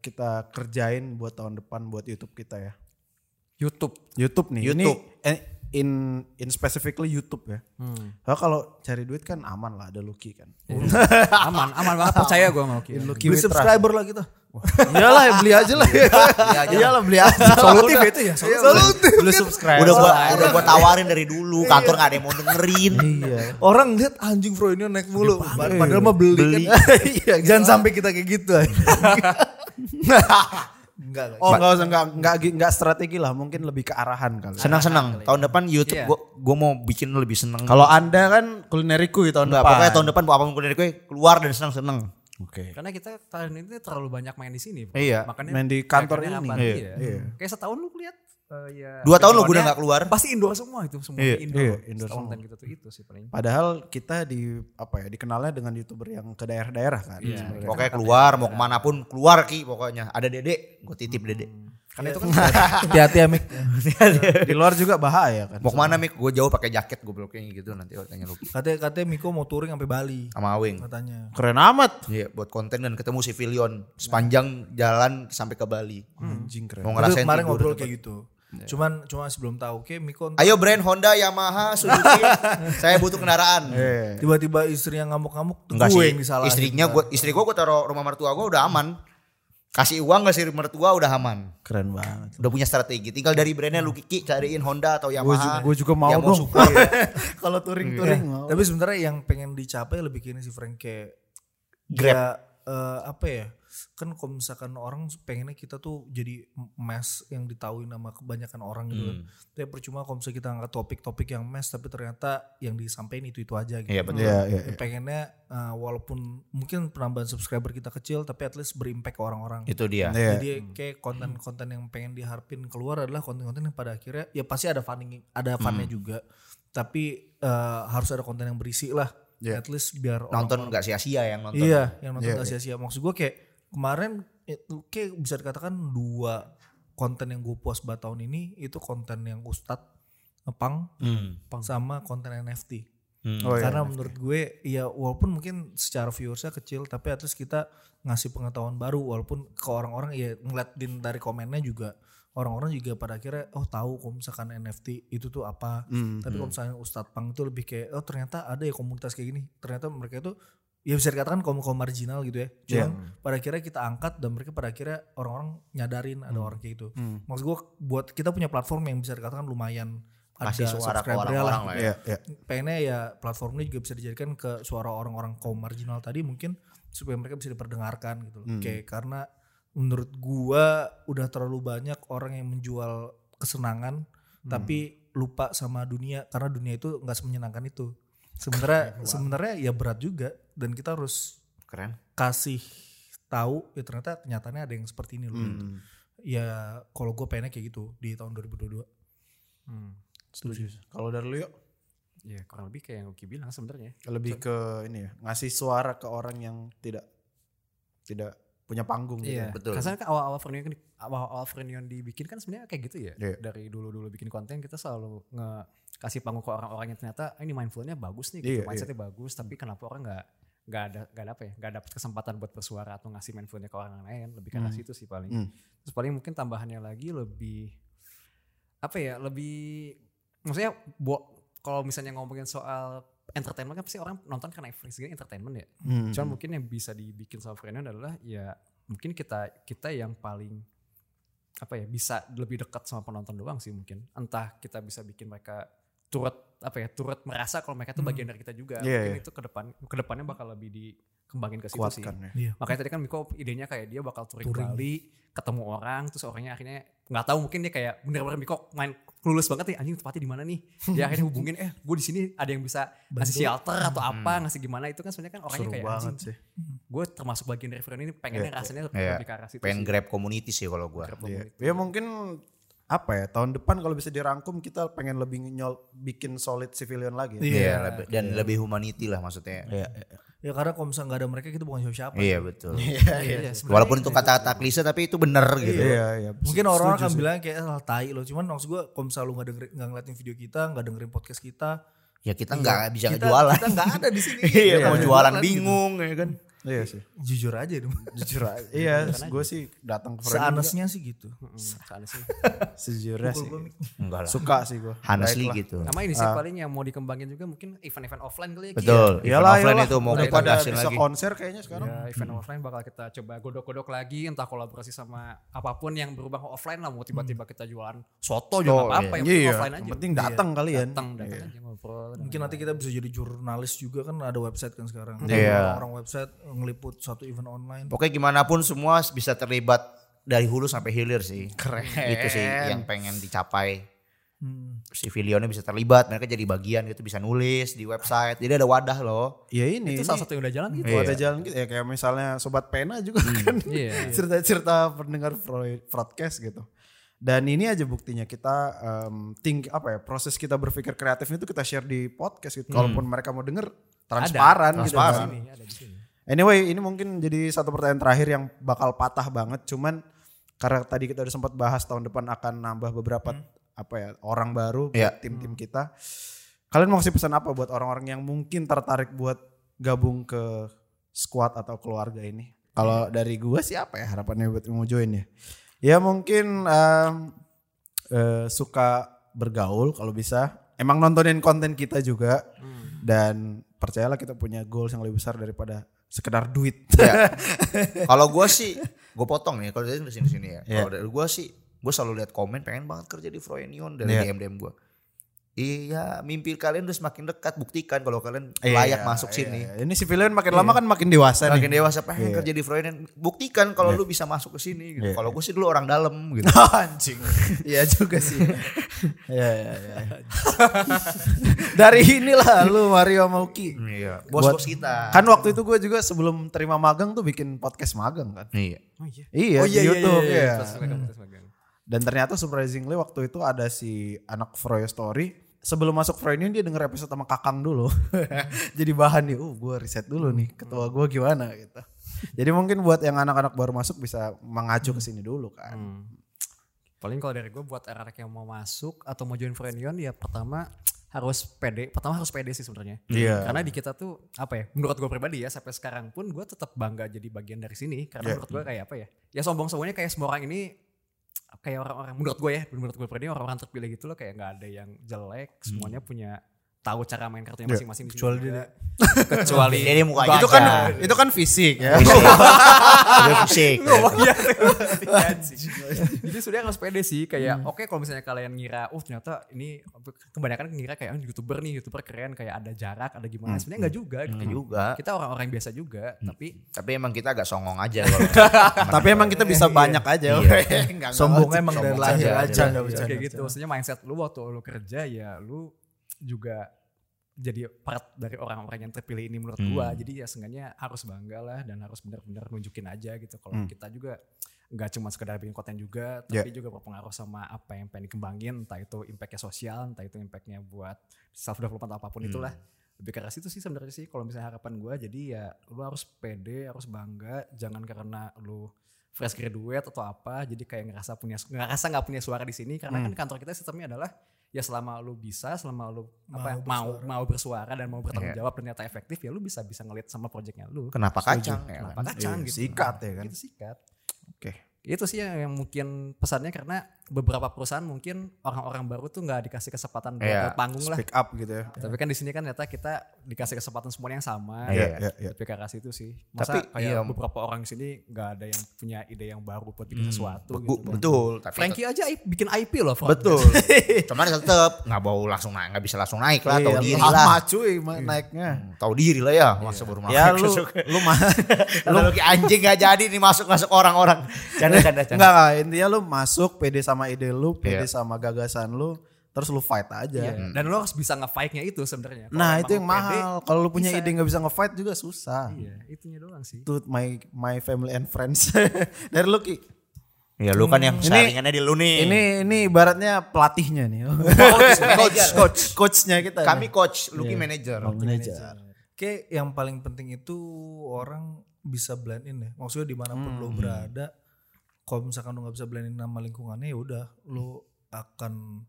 A: kita kerjain buat tahun depan buat YouTube kita ya?
D: YouTube.
A: YouTube nih.
B: YouTube.
A: Ini eh, in in specifically YouTube ya. Soalnya kalau cari duit kan aman lah ada Lucky kan.
D: aman, aman banget percaya gue sama Oki.
A: Iya, Lucky
C: Beli
A: with Trust.
C: subscriber lah kita. Iya,
A: Iyalah
C: ya,
A: beli aja lah. Iyalah beli aja.
D: Solutif ya itu ya.
A: Solutif. Beli subscribe.
B: Udah gua udah gua tawarin dari dulu, kantor nggak ada yang mau dengerin.
A: Iya.
C: Orang lihat anjing Froinio naik mulu. Pad- Padahal mah beli. kan. Iya, Jangan sampai kita kayak gitu. Enggak lah.
A: Oh enggak usah enggak enggak enggak strategi lah, mungkin lebih ke arahan kali.
B: Senang-senang. Tahun depan YouTube
D: Iya.
B: gua gua mau bikin lebih seneng.
A: Kalau Anda kan kulineriku tahun
B: Enggak,
A: depan.
B: pokoknya tahun depan apa pun dari gue keluar dan seneng-seneng.
A: Oke.
D: Karena kita tahun ini terlalu banyak main di sini. Pak.
B: Iya.
D: Makanya
A: Main di kantor
D: akhirnya
A: ini.
D: abad,
A: Iya.
D: iya.
A: Iya.
D: Kayak setahun lu lihat eh, ya,
B: Dua tahun lu gua udah
D: backgroundnya
B: nggak keluar.
D: Pasti indoor semua itu semua
B: Iya,
D: indoor.
A: iya, indoor
D: Setahun
A: semua.
D: dan gitu tuh itu sih paling.
A: Padahal kita di apa ya dikenalnya dengan youtuber yang ke daerah-daerah kan. sebenarnya.
B: Pokoknya keluar mau kemana pun keluar ki pokoknya. Ada Dede, gua titip Dede.
D: Karena itu kan
C: Hati-hati ya Mik.
A: Di luar juga bahaya kan.
B: Mau kemana Mik? Gua jauh pakai jaket gue bloknya gitu nanti gua tanya lu
C: Katanya katanya Miko mau touring sampai Bali
B: sama Awing.
C: katanya.
A: Keren amat.
B: Iya, buat konten dan ketemu si Filion sepanjang jalan sampai ke Bali.
A: Anjing keren.
B: Mau
C: Tapi
B: ngerasain
C: kemarin
B: tidur
C: ngobrol
B: di tempat.
C: kayak gitu. Cuman cuma sebelum tahu oke Miko
B: Ayo brand Honda, Yamaha, Suzuki. saya butuh kendaraan.
C: tiba-tiba istrinya ngamuk-ngamuk tuh
B: Enggak
C: Eh, gue
B: sih.
C: yang disalahin.
B: Istrinya gua istri gua gua taruh rumah mertua gua udah aman. Kasih uang gak sih mertua udah aman.
A: Keren banget.
B: Udah punya strategi. Tinggal dari brandnya lu kiki cariin Honda atau
A: Gue
B: Yamaha.
A: juga, gua juga mau
B: yang
A: dong.
B: support.
A: Kalau touring-touring mau.
C: Iya. Tapi sebenarnya yang pengen dicapai lebih gini sih Frank kayak
B: Grab.
C: ya, eh, apa ya? Kan kalau misalkan orang pengennya kita tuh jadi mass yang ditahuin sama kebanyakan orang gitu
B: Hmm.
C: kan. Tapi percuma kalau misalnya kita angkat topik-topik yang mass tapi ternyata yang disampaikan itu-itu aja gitu.
B: Iya, betul.
A: Iya, iya.
C: Ya, Pengennya eh, walaupun mungkin penambahan subscriber kita kecil tapi at least berimpact ke orang-orang.
B: Itu dia.
A: Iya.
C: Jadi kayak konten-konten yang pengen diharapin keluar adalah konten-konten yang pada akhirnya ya pasti ada funding, ada funnya juga. Tapi eh, harus ada konten yang berisi lah.
A: Iya.
C: At least biar orang-
B: Nonton nggak sia-sia yang nonton.
C: Iya, yang nonton
A: Iya,
C: gak
A: iya.
C: sia-sia. Maksud gue kayak kemarin itu kayak bisa dikatakan dua konten yang gue puas banget tahun ini itu konten yang Ustadz Pang
B: Hmm.
C: sama konten NFT.
B: Hmm.
A: Oh, iya.
C: Karena menurut gue ya walaupun mungkin secara viewersnya kecil tapi at least kita ngasih pengetahuan baru walaupun ke orang-orang ya ngeliatin dari komennya juga orang-orang juga pada akhirnya oh tahu kalau misalkan NFT itu tuh apa.
A: Hmm.
C: Tapi kalau misalnya Ustadz Pang itu lebih kayak oh ternyata ada ya komunitas kayak gini. Ternyata mereka itu ya bisa dikatakan kaum-kaum marginal gitu ya.
B: Iya.
C: Cuman pada akhirnya kita angkat dan mereka pada akhirnya orang-orang nyadarin ada orang kayak gitu.
A: Hmm.
C: Maksud gue buat kita punya platform yang bisa dikatakan lumayan
B: Kasih suara ke
C: subscribernya
B: orang-orang lah ya.
A: Iya, iya.
C: pengennya ya platformnya juga bisa dijadikan ke suara orang-orang kaum marginal tadi mungkin supaya mereka bisa diperdengarkan gitu loh.
A: Hmm.
C: Kayak karena menurut gua udah terlalu banyak orang yang menjual kesenangan
D: Hmm.
C: tapi lupa sama dunia karena dunia itu nggak semenyenangkan itu. Sebenarnya sebenarnya ya berat juga dan kita harus
B: Keren.
C: kasih tahu ya ternyata kenyataannya ada yang seperti ini loh. gitu.
A: Hmm.
C: Ya kalau gue pengennya kayak gitu di tahun 2022.
D: Hmm.
A: Setuju. Kalau dari lu yuk
D: Ya kurang lebih kayak yang Oki bilang sebenarnya.
A: lebih ke ini ya, ngasih suara ke orang yang tidak tidak punya panggung gitu. ya.
D: Iya,
B: Betul.
D: Karena kan awal-awal Frenion kan di- awal-awal Frenion dibikin kan sebenarnya kayak gitu ya.
A: Iya.
D: Dari dulu-dulu bikin konten kita selalu nge kasih panggung ke orang-orang yang ternyata "Ah, ini mindfulnya bagus nih, gitu.
A: Iya,
D: mindsetnya bagus, tapi kenapa orang nggak nggak ada nggak ada apa ya nggak dapat kesempatan buat bersuara atau ngasih mindfulnya ke orang lain lebih karena
A: Hmm.
D: situ sih paling
A: Hmm.
D: terus paling mungkin tambahannya lagi lebih apa ya lebih maksudnya buat kalau misalnya ngomongin soal entertainment kan pasti orang nonton karena everything entertainment ya
A: Hmm.
D: Cuman mungkin yang bisa dibikin sama Frenion adalah ya mungkin kita kita yang paling apa ya bisa lebih dekat sama penonton doang sih mungkin. Entah kita bisa bikin mereka turut apa ya turut merasa kalau mereka tuh bagian dari kita juga.
A: Iya,
D: mungkin
A: iya.
D: itu ke depan ke depannya bakal lebih dikembangin ke situ sih.
A: kuatkan ya.
D: Makanya tadi kan Miko idenya kayak dia bakal touring,
C: Touring.
D: Bali, ketemu orang, terus orangnya akhirnya nggak tahu mungkin dia kayak bener-bener Miko main lulus banget nih anjing tempatnya di mana nih. Dia akhirnya hubungin eh gue di sini ada yang bisa ngasih
C: Bantu.
D: shelter atau apa, ngasih gimana itu kan sebenarnya kan orangnya
A: Seru
D: kayak
A: banget
D: anjing
A: sih.
D: gue termasuk bagian dari Frenion ini pengennya
A: Iya,
D: rasanya lebih
B: Iya.
D: lebih ke arah situ
B: Pengen
D: sih.
B: grab community sih kalau gua.
A: Iya.
D: Grab community.
A: Ya mungkin apa ya tahun depan kalau bisa dirangkum kita pengen lebih nyol, bikin solid civilian lagi. ya.
C: Iya.
B: Iya, lebih- dan lebih humanity lah maksudnya. Iya,
C: Ya karena kalau misalnya nggak ada mereka kita bukan siapa-siapa.
B: betul.
D: Iya, iya, sebenarnya
B: Walaupun itu kata-kata klise tapi itu bener gitu.
A: Iya, iya.
C: Mungkin orang akan bilang kayak salah tai loh. Cuman maksud gue kalau misalnya lu gak, dengerin, nggak ngeliatin video kita, gak dengerin podcast kita.
B: Ya kita nggak bisa
C: kita,
B: jualan.
C: Kita gak ada di sini.
B: Iya,
C: Nggak
B: mau
C: ada
B: jualan
C: gitu.
B: bingung ya kan.
A: Iya sih.
C: Jujur aja dong.
A: Jujur aja. Iya, gue sih datang ke Freddy
C: Seanesnya sih gitu.
D: Mm-mm, soalnya sih.
A: juga sejujurnya sih.
C: Pukul gua, Mik.
B: Enggak lah.
A: Suka sih gue.
B: Honestly gitu.
D: Sama ini
A: Ah.
D: sih paling yang mau dikembangin juga mungkin event-event offline kali ya. Ki,
B: Betul.
D: ya.
B: Event
A: Iyalah,
B: offline
A: iyalah.
B: itu mau
A: Udah
B: kita
A: pada
B: gasin
A: bisa
B: lagi. Iya.
A: konser kayaknya sekarang.
D: Ya, event offline bakal kita coba godok-godok lagi entah kolaborasi sama apapun yang berubah ke offline lah mau tiba-tiba kita jualan soto juga nggak apa-apa yang penting
A: Iya,
D: offline
A: Hmm. yang
D: aja.
A: penting iya. datang ya. kalian.
D: datang datang aja ngobrol.
C: Mungkin nanti kita bisa jadi jurnalis juga kan ada website kan sekarang.
B: Iya.
C: Orang website ngeliput suatu event online.
B: Pokoknya gimana pun semua bisa terlibat dari hulu sampai hilir sih. Keren. Itu sih yang pengen dicapai.
C: Hmm.
B: Si Vilionnya bisa terlibat, mereka jadi bagian gitu bisa nulis di website. Jadi ada wadah loh.
A: Ya ini. ini.
D: itu salah satu yang udah jalan gitu.
A: Kalau ada jalan gitu ya kayak misalnya sobat pena juga kan
D: Iya.
A: cerita-cerita pendengar pro- broadcast gitu. Dan ini aja buktinya kita em, think apa ya proses kita berpikir kreatif itu kita share di podcast gitu. Kalaupun mereka mau denger transparan, gitu
D: Hmm.
A: kan.
D: Ada di sini, ada di sini.
A: Anyway, ini mungkin jadi satu pertanyaan terakhir yang bakal patah banget. Cuman karena tadi kita udah sempat bahas tahun depan akan nambah beberapa
D: Hmm.
A: apa ya orang baru buat
B: Iya.
A: tim-tim kita. Kalian mau kasih pesan apa buat orang-orang yang mungkin tertarik buat gabung ke squad atau keluarga ini? Kalau dari gua sih apa ya harapannya buat yang mau join ya? Ya mungkin em, eh, suka bergaul kalau bisa. Emang nontonin konten kita juga dan percayalah kita punya goals yang lebih besar daripada sekedar duit.
B: Ya. Kalau gue sih, gue potong ya. Kalau dari sini sini ya.
A: Iya.
B: Kalau dari gue sih, gue selalu lihat komen pengen banget kerja di Froyenion dari
A: Iya.
B: DM DM gue. Iya, mimpi kalian udah semakin dekat. Buktikan kalau kalian
A: Iya,
B: layak masuk sini.
A: iya. Ini si Villian makin lama kan makin dewasa
B: Makin
A: nih.
B: dewasa pengen kerja di Froyenion. Buktikan kalau lu bisa masuk ke sini. Gitu.
A: Iya,
B: Kalau gue sih dulu orang dalam gitu.
A: Anjing. Iya juga sih. Iya iya iya. Dari inilah lu Mario Mauki.
B: Iya.
A: Buat-
B: Bos-bos kita.
A: Kan waktu itu gue juga sebelum terima magang tuh bikin podcast magang kan.
B: Iya.
D: Oh iya.
A: Iya,
C: Oh,
A: di
C: iya, iya,
A: YouTube.
C: iya,
A: iya.
D: Terus mereka putus magang.
A: Dan ternyata surprisingly waktu itu ada si anak Froyo Story. Sebelum masuk Froyo Union dia denger episode sama Kakang dulu. Jadi bahan nih, uh gue riset dulu nih ketua gue gimana gitu. Jadi mungkin buat yang anak-anak baru masuk bisa mengacu ke sini dulu kan.
D: Hmm. Paling kalau dari gue buat anak yang mau masuk atau mau join Frenion ya pertama harus pede. Pertama harus pede sih sebenarnya.
A: Iya.
D: Karena di kita tuh apa ya? Menurut gue pribadi ya sampai sekarang pun gue tetap bangga jadi bagian dari sini.
A: Iya.
D: Karena menurut gue kayak apa ya? Ya sombong sombongnya kayak semua orang ini kayak orang-orang menurut gue ya menurut gue pribadi orang-orang terpilih gitu loh kayak nggak ada yang jelek semuanya punya tahu cara main kartunya
A: Hmm. Iya.
D: masing-masing di sini
C: Kecuali
D: juga.
C: dia-
D: kecuali
B: Ini mukanya
A: Itu kan itu kan fisik ya. Iya.
B: Udah Iya. fisik.
D: Oh, iya, Jadi sudah harus pede sih kayak oke kalau misalnya kalian ngira oh ternyata ini kebanyakan ngira kayak oh, youtuber nih youtuber keren kayak ada jarak ada gimana sebenarnya nggak juga gitu.
B: Nggak juga.
D: Kita orang-orang yang biasa juga tapi
B: Tapi emang kita agak songong aja kalau.
A: Iya. Tapi emang kita bisa banyak aja. Enggak
C: Sombongnya emang dari
B: Sombong
C: lahir
B: aja,
C: aja.
A: Nggak
D: kayak
A: bercanda.
D: gitu maksudnya mindset lu waktu lu kerja ya lu juga jadi part dari orang-orang yang terpilih ini menurut gua
A: Hmm.
D: jadi ya seenggaknya harus bangga lah dan harus benar-benar nunjukin aja gitu kalau
A: Hmm.
D: kita juga nggak cuma sekedar bikin konten juga
A: Ya.
D: tapi juga berpengaruh sama apa yang pengen dikembangin entah itu impactnya sosial entah itu impactnya buat self development
A: Hmm.
D: apapun itulah lebih keras itu sih sebenarnya sih kalau misalnya harapan gua jadi ya lu harus pede harus bangga jangan karena lu fresh graduate atau apa jadi kayak ngerasa punya ngerasa nggak punya suara di sini karena kan kantor kita sistemnya adalah ya selama lu bisa selama lu apa ya,
C: Mau
D: mau
C: bersuara.
D: mau bersuara dan mau bertanggung
B: Iya.
D: jawab dan ternyata efektif ya lu bisa bisa ngelit sama projectnya lu
B: Kenapa kacang? ya
D: kenapa
B: kan?
D: kacang
A: Iya,
D: gitu
A: sikat ya kan.
D: Gitu, sikat
A: Oke.
D: itu sih yang, yang mungkin pesannya karena beberapa perusahaan mungkin orang-orang baru tuh nggak dikasih kesempatan buat
B: Iya,
D: buat panggung lah
A: Speak up gitu ya.
D: tapi kan di sini kan ternyata kita dikasih kesempatan semuanya yang sama
B: Iya,
D: ya.
A: iya, iya.
D: lebih ke arah situ sih masa
B: Tapi,
D: kayak
B: iya.
D: beberapa orang di sini nggak ada yang punya ide yang baru buat bikin sesuatu
B: Gu-
D: gitu.
B: Hmm. Betul. Tapi
D: Frankie aja i- bikin IP loh Frank.
B: Betul. Cuman tetep nggak mau langsung naik, nggak bisa langsung naik lah. Tahu
A: Iya,
B: diri lah.
A: lama cuy ma- naiknya.
B: Tahu diri lah ya. Masa baru masuk.
A: Ya lu lu mah
B: Lu anjing gak jadi nih masuk-masuk orang-orang. Canda, canda, canda.
A: Enggak, enggak, intinya lu masuk pede sama ide lu, pede
B: Iya.
A: sama gagasan lu, terus lu fight
D: Iya.
A: aja.
D: dan lo harus bisa nge-fight-nya itu sebenarnya Kalau
A: Nah,
D: emang
A: itu yang
D: lo pede,
A: mahal. Kalau lu punya
D: bisa.
A: ide nggak bisa nge-fight juga susah.
D: iya itunya doang sih
A: To my my family and friends. Dari lu Ki.
B: Ya lu kan yang saringannya di lu nih.
A: Ini ini ibaratnya pelatihnya nih.
B: coach, coach, coach.
A: Coachnya kita.
B: Kami coach, Lucky
A: Iya.
B: manager.
A: manajer.
C: Kayak yang paling penting itu orang bisa blend in ya. Maksudnya dimanapun lo berada, kalau misalkan lo nggak bisa blend in sama lingkungannya ya udah lo akan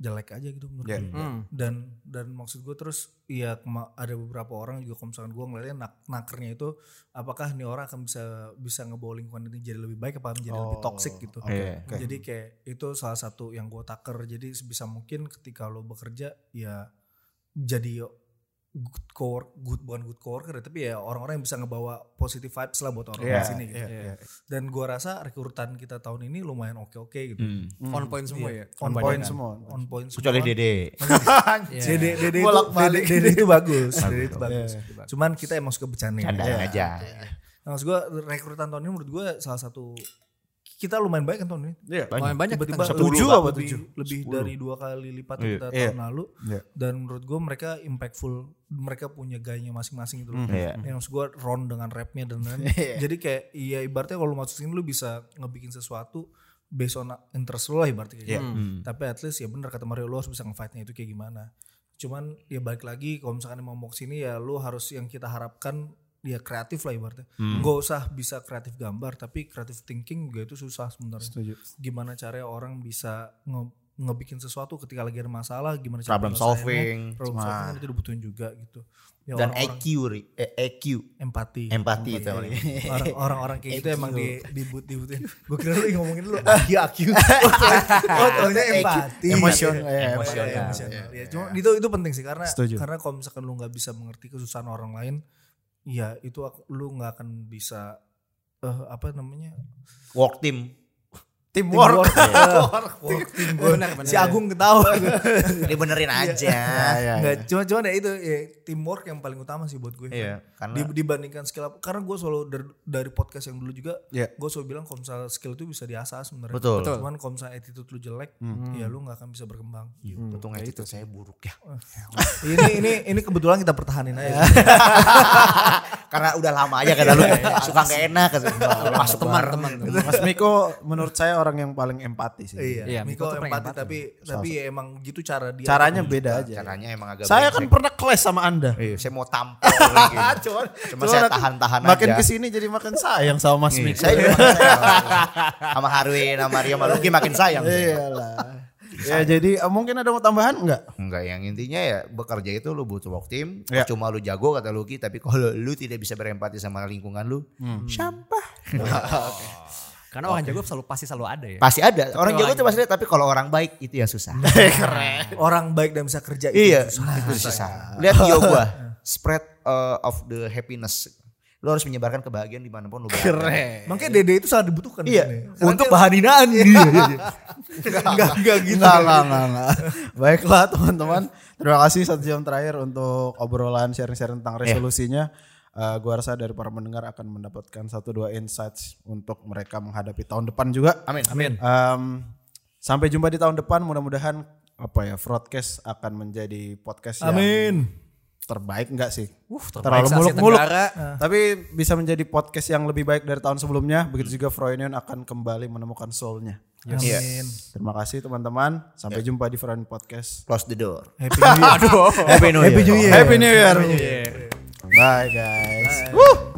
C: jelek aja gitu menurut
B: Ya.
C: gue.
D: Hmm.
C: dan dan maksud gue terus ya kema- ada beberapa orang juga kalau misalkan gue ngeliatnya nak- nakernya itu apakah nih orang akan bisa bisa ngebawa lingkungan ini jadi lebih baik apa menjadi
A: Oh,
C: lebih toksik gitu
A: oke.
B: Iya.
A: Oke.
C: jadi kayak itu salah satu yang gue taker jadi sebisa mungkin ketika lo bekerja ya jadi good core good bukan good coworker ya, tapi ya orang-orang yang bisa ngebawa positive vibes lah buat orang
B: Iya,
C: di sini gitu
A: iya,
D: iya.
C: dan gue rasa rekrutan kita tahun ini lumayan oke oke gitu
B: Hmm.
D: On point semua ya.
C: on
A: Banyak
C: point
A: kan?
C: semua on point
B: Kecuali
C: semua.
B: Dede.
D: Iya.
C: Dede, Dede, itu,
A: Bolak-balik.
C: Dede, Dede itu bagus.
B: Bagus, iya.
C: Dede itu bagus. Cuman kita emang suka bercanda. Iya.
B: Candaan Kan aja.
C: Nah, maksud gue rekrutan tahun ini menurut gue salah satu kita lumayan baik kan tahun ini.
A: Iya.
D: Lumayan banyak
C: Tiba-tiba
D: kita-
A: Sepuluh
C: lebih-
A: apa
C: lebih,
A: tujuh?
C: lebih
A: Sepuluh.
C: dari dua kali lipat
B: Iya.
C: kita
A: Iya.
C: tahun lalu.
A: Iya.
C: Dan menurut gue mereka impactful, mereka punya gayanya masing-masing gitu loh.
A: Mm-hmm.
B: Iya.
C: Yang maksud gue round dengan rapnya dan lain. Jadi kayak iya ibaratnya kalau lu masuk sini lu bisa ngebikin sesuatu based on interest lu lah
A: Iya.
C: ibaratnya. kayak gitu.
A: Mm-hmm.
B: Hmm.
C: Tapi at least ya bener kata Mario lo harus bisa nge-fight-nya itu kayak gimana. Cuman ya balik lagi kalau misalkan emang mau kesini ya lo harus yang kita harapkan ya kreatif lah ibaratnya.
B: Hmm.
C: Gak usah bisa kreatif gambar tapi kreatif thinking juga itu susah sebenarnya.
A: Setuju.
C: Gimana caranya orang bisa nge ngebikin sesuatu ketika lagi ada masalah gimana cara
B: Problem
C: penyelesaiannya.
B: solving.
C: problem
B: Wah.
C: solving kan itu dibutuhin juga gitu ya
B: Dan
C: orang-orang-
B: EQ, Ri. eh, EQ.
C: empati
B: Empati itu. Ri.
C: Orang- orang-orang kayak gitu
B: EQ.
C: emang di dibut dibutin gue kira lu ngomongin lu aki aki oh taunya empati
A: Emosional, ya,
C: Iya,
B: emosional.
C: emosional. ya cuma itu itu penting sih karena
A: Setuju.
C: karena kalau misalkan lu nggak bisa mengerti kesusahan orang lain ya itu ak- lu nggak akan bisa eh, apa namanya
B: Work team.
A: Teamwork.
B: Iya.
C: Teamwork. Eh, Teamwork.
D: Benar, benar.
C: si Agung ketawa
B: Dibenerin aja.
A: Iya, iya.
C: nggak cuma cuma ya itu ya, teamwork yang paling utama sih buat gue
B: Iya, karena
C: Dib- dibandingkan skill apa karena gue selalu dari, dari podcast yang dulu juga
A: Iya.
C: gue selalu bilang kalau misalnya skill itu bisa diasah sebenarnya
B: Betul. Hmm.
D: Betul.
C: cuman kalau misalnya attitude lu jelek ya lu nggak akan bisa berkembang
A: iya.
B: untung aja itu saya buruk ya.
C: ini ini ini kebetulan kita pertahanin
B: Iya.
C: aja
B: karena udah lama aja kan
A: Iya,
B: lu suka gak enak masuk teman teman
A: Mas Miko menurut saya orang yang paling empati sih.
D: Iya,
C: iya Miko
D: Miko tuh paling
C: empati
D: empati.
C: tapi tapi ya emang gitu cara dia
A: Caranya beda aja.
B: Iya. caranya emang agak
A: Saya kan
B: brengsek.
A: pernah clash sama Anda.
B: Iya, saya mau tampol lagi.
A: Cuman,
B: Cuma saya
A: nanti
B: tahan-tahan
A: Makin
B: aja.
A: kesini jadi makin sayang sama Mas
B: Iya,
A: Miko.
B: saya juga makin sayang. sama Harwin sama Mario sama Lucky makin sayang saya.
A: Iyalah. ya jadi eh, mungkin ada mau tambahan nggak?
B: Enggak, yang intinya ya bekerja itu lu butuh work team,
A: Iya.
B: cuma lu jago kata Lucky, tapi kalau lu tidak bisa berempati sama lingkungan lu, sampah.
D: Karena orang jago selalu pasti selalu ada ya.
B: Pasti ada. Orang
D: orang-
B: jago tuh pasti ada, tapi kalau orang baik itu yang susah.
C: orang baik dan bisa kerja itu
B: Iya,
C: susah.
B: itu susah. Lihat bio gua, spread uh, of the happiness. Lu harus menyebarkan kebahagiaan dimanapun lu berada.
C: makanya dede itu sangat dibutuhkan di
B: Iya,
C: sini. Iya.
B: untuk bahan hinaan.
A: Enggak, enggak gitu. Enggak, enggak, enggak, enggak. Baiklah teman-teman. Terima kasih satu jam terakhir untuk obrolan sharing-sharing tentang
B: Iya.
A: resolusinya. Eh, gua rasa dari para mendengar akan mendapatkan satu dua insights untuk mereka menghadapi tahun depan juga.
B: Amin.
D: Amin.
A: Em, sampai jumpa di tahun depan. Mudah-mudahan apa ya, broadcast akan menjadi podcast yang
C: amin
A: terbaik enggak sih?
D: Uh,
A: terlalu
D: terbaik se-Asia
A: muluk-muluk.
D: Tenggara.
B: Nah.
A: Tapi bisa menjadi podcast yang lebih baik dari tahun sebelumnya. Begitu juga Froynion akan kembali menemukan soul-nya.
C: amin
A: Terima kasih teman-teman. Sampai jumpa di Froynion Podcast.
B: Close the door.
C: happy new year
B: Happy New Year.
A: Happy New Year. Bye guys. Woo.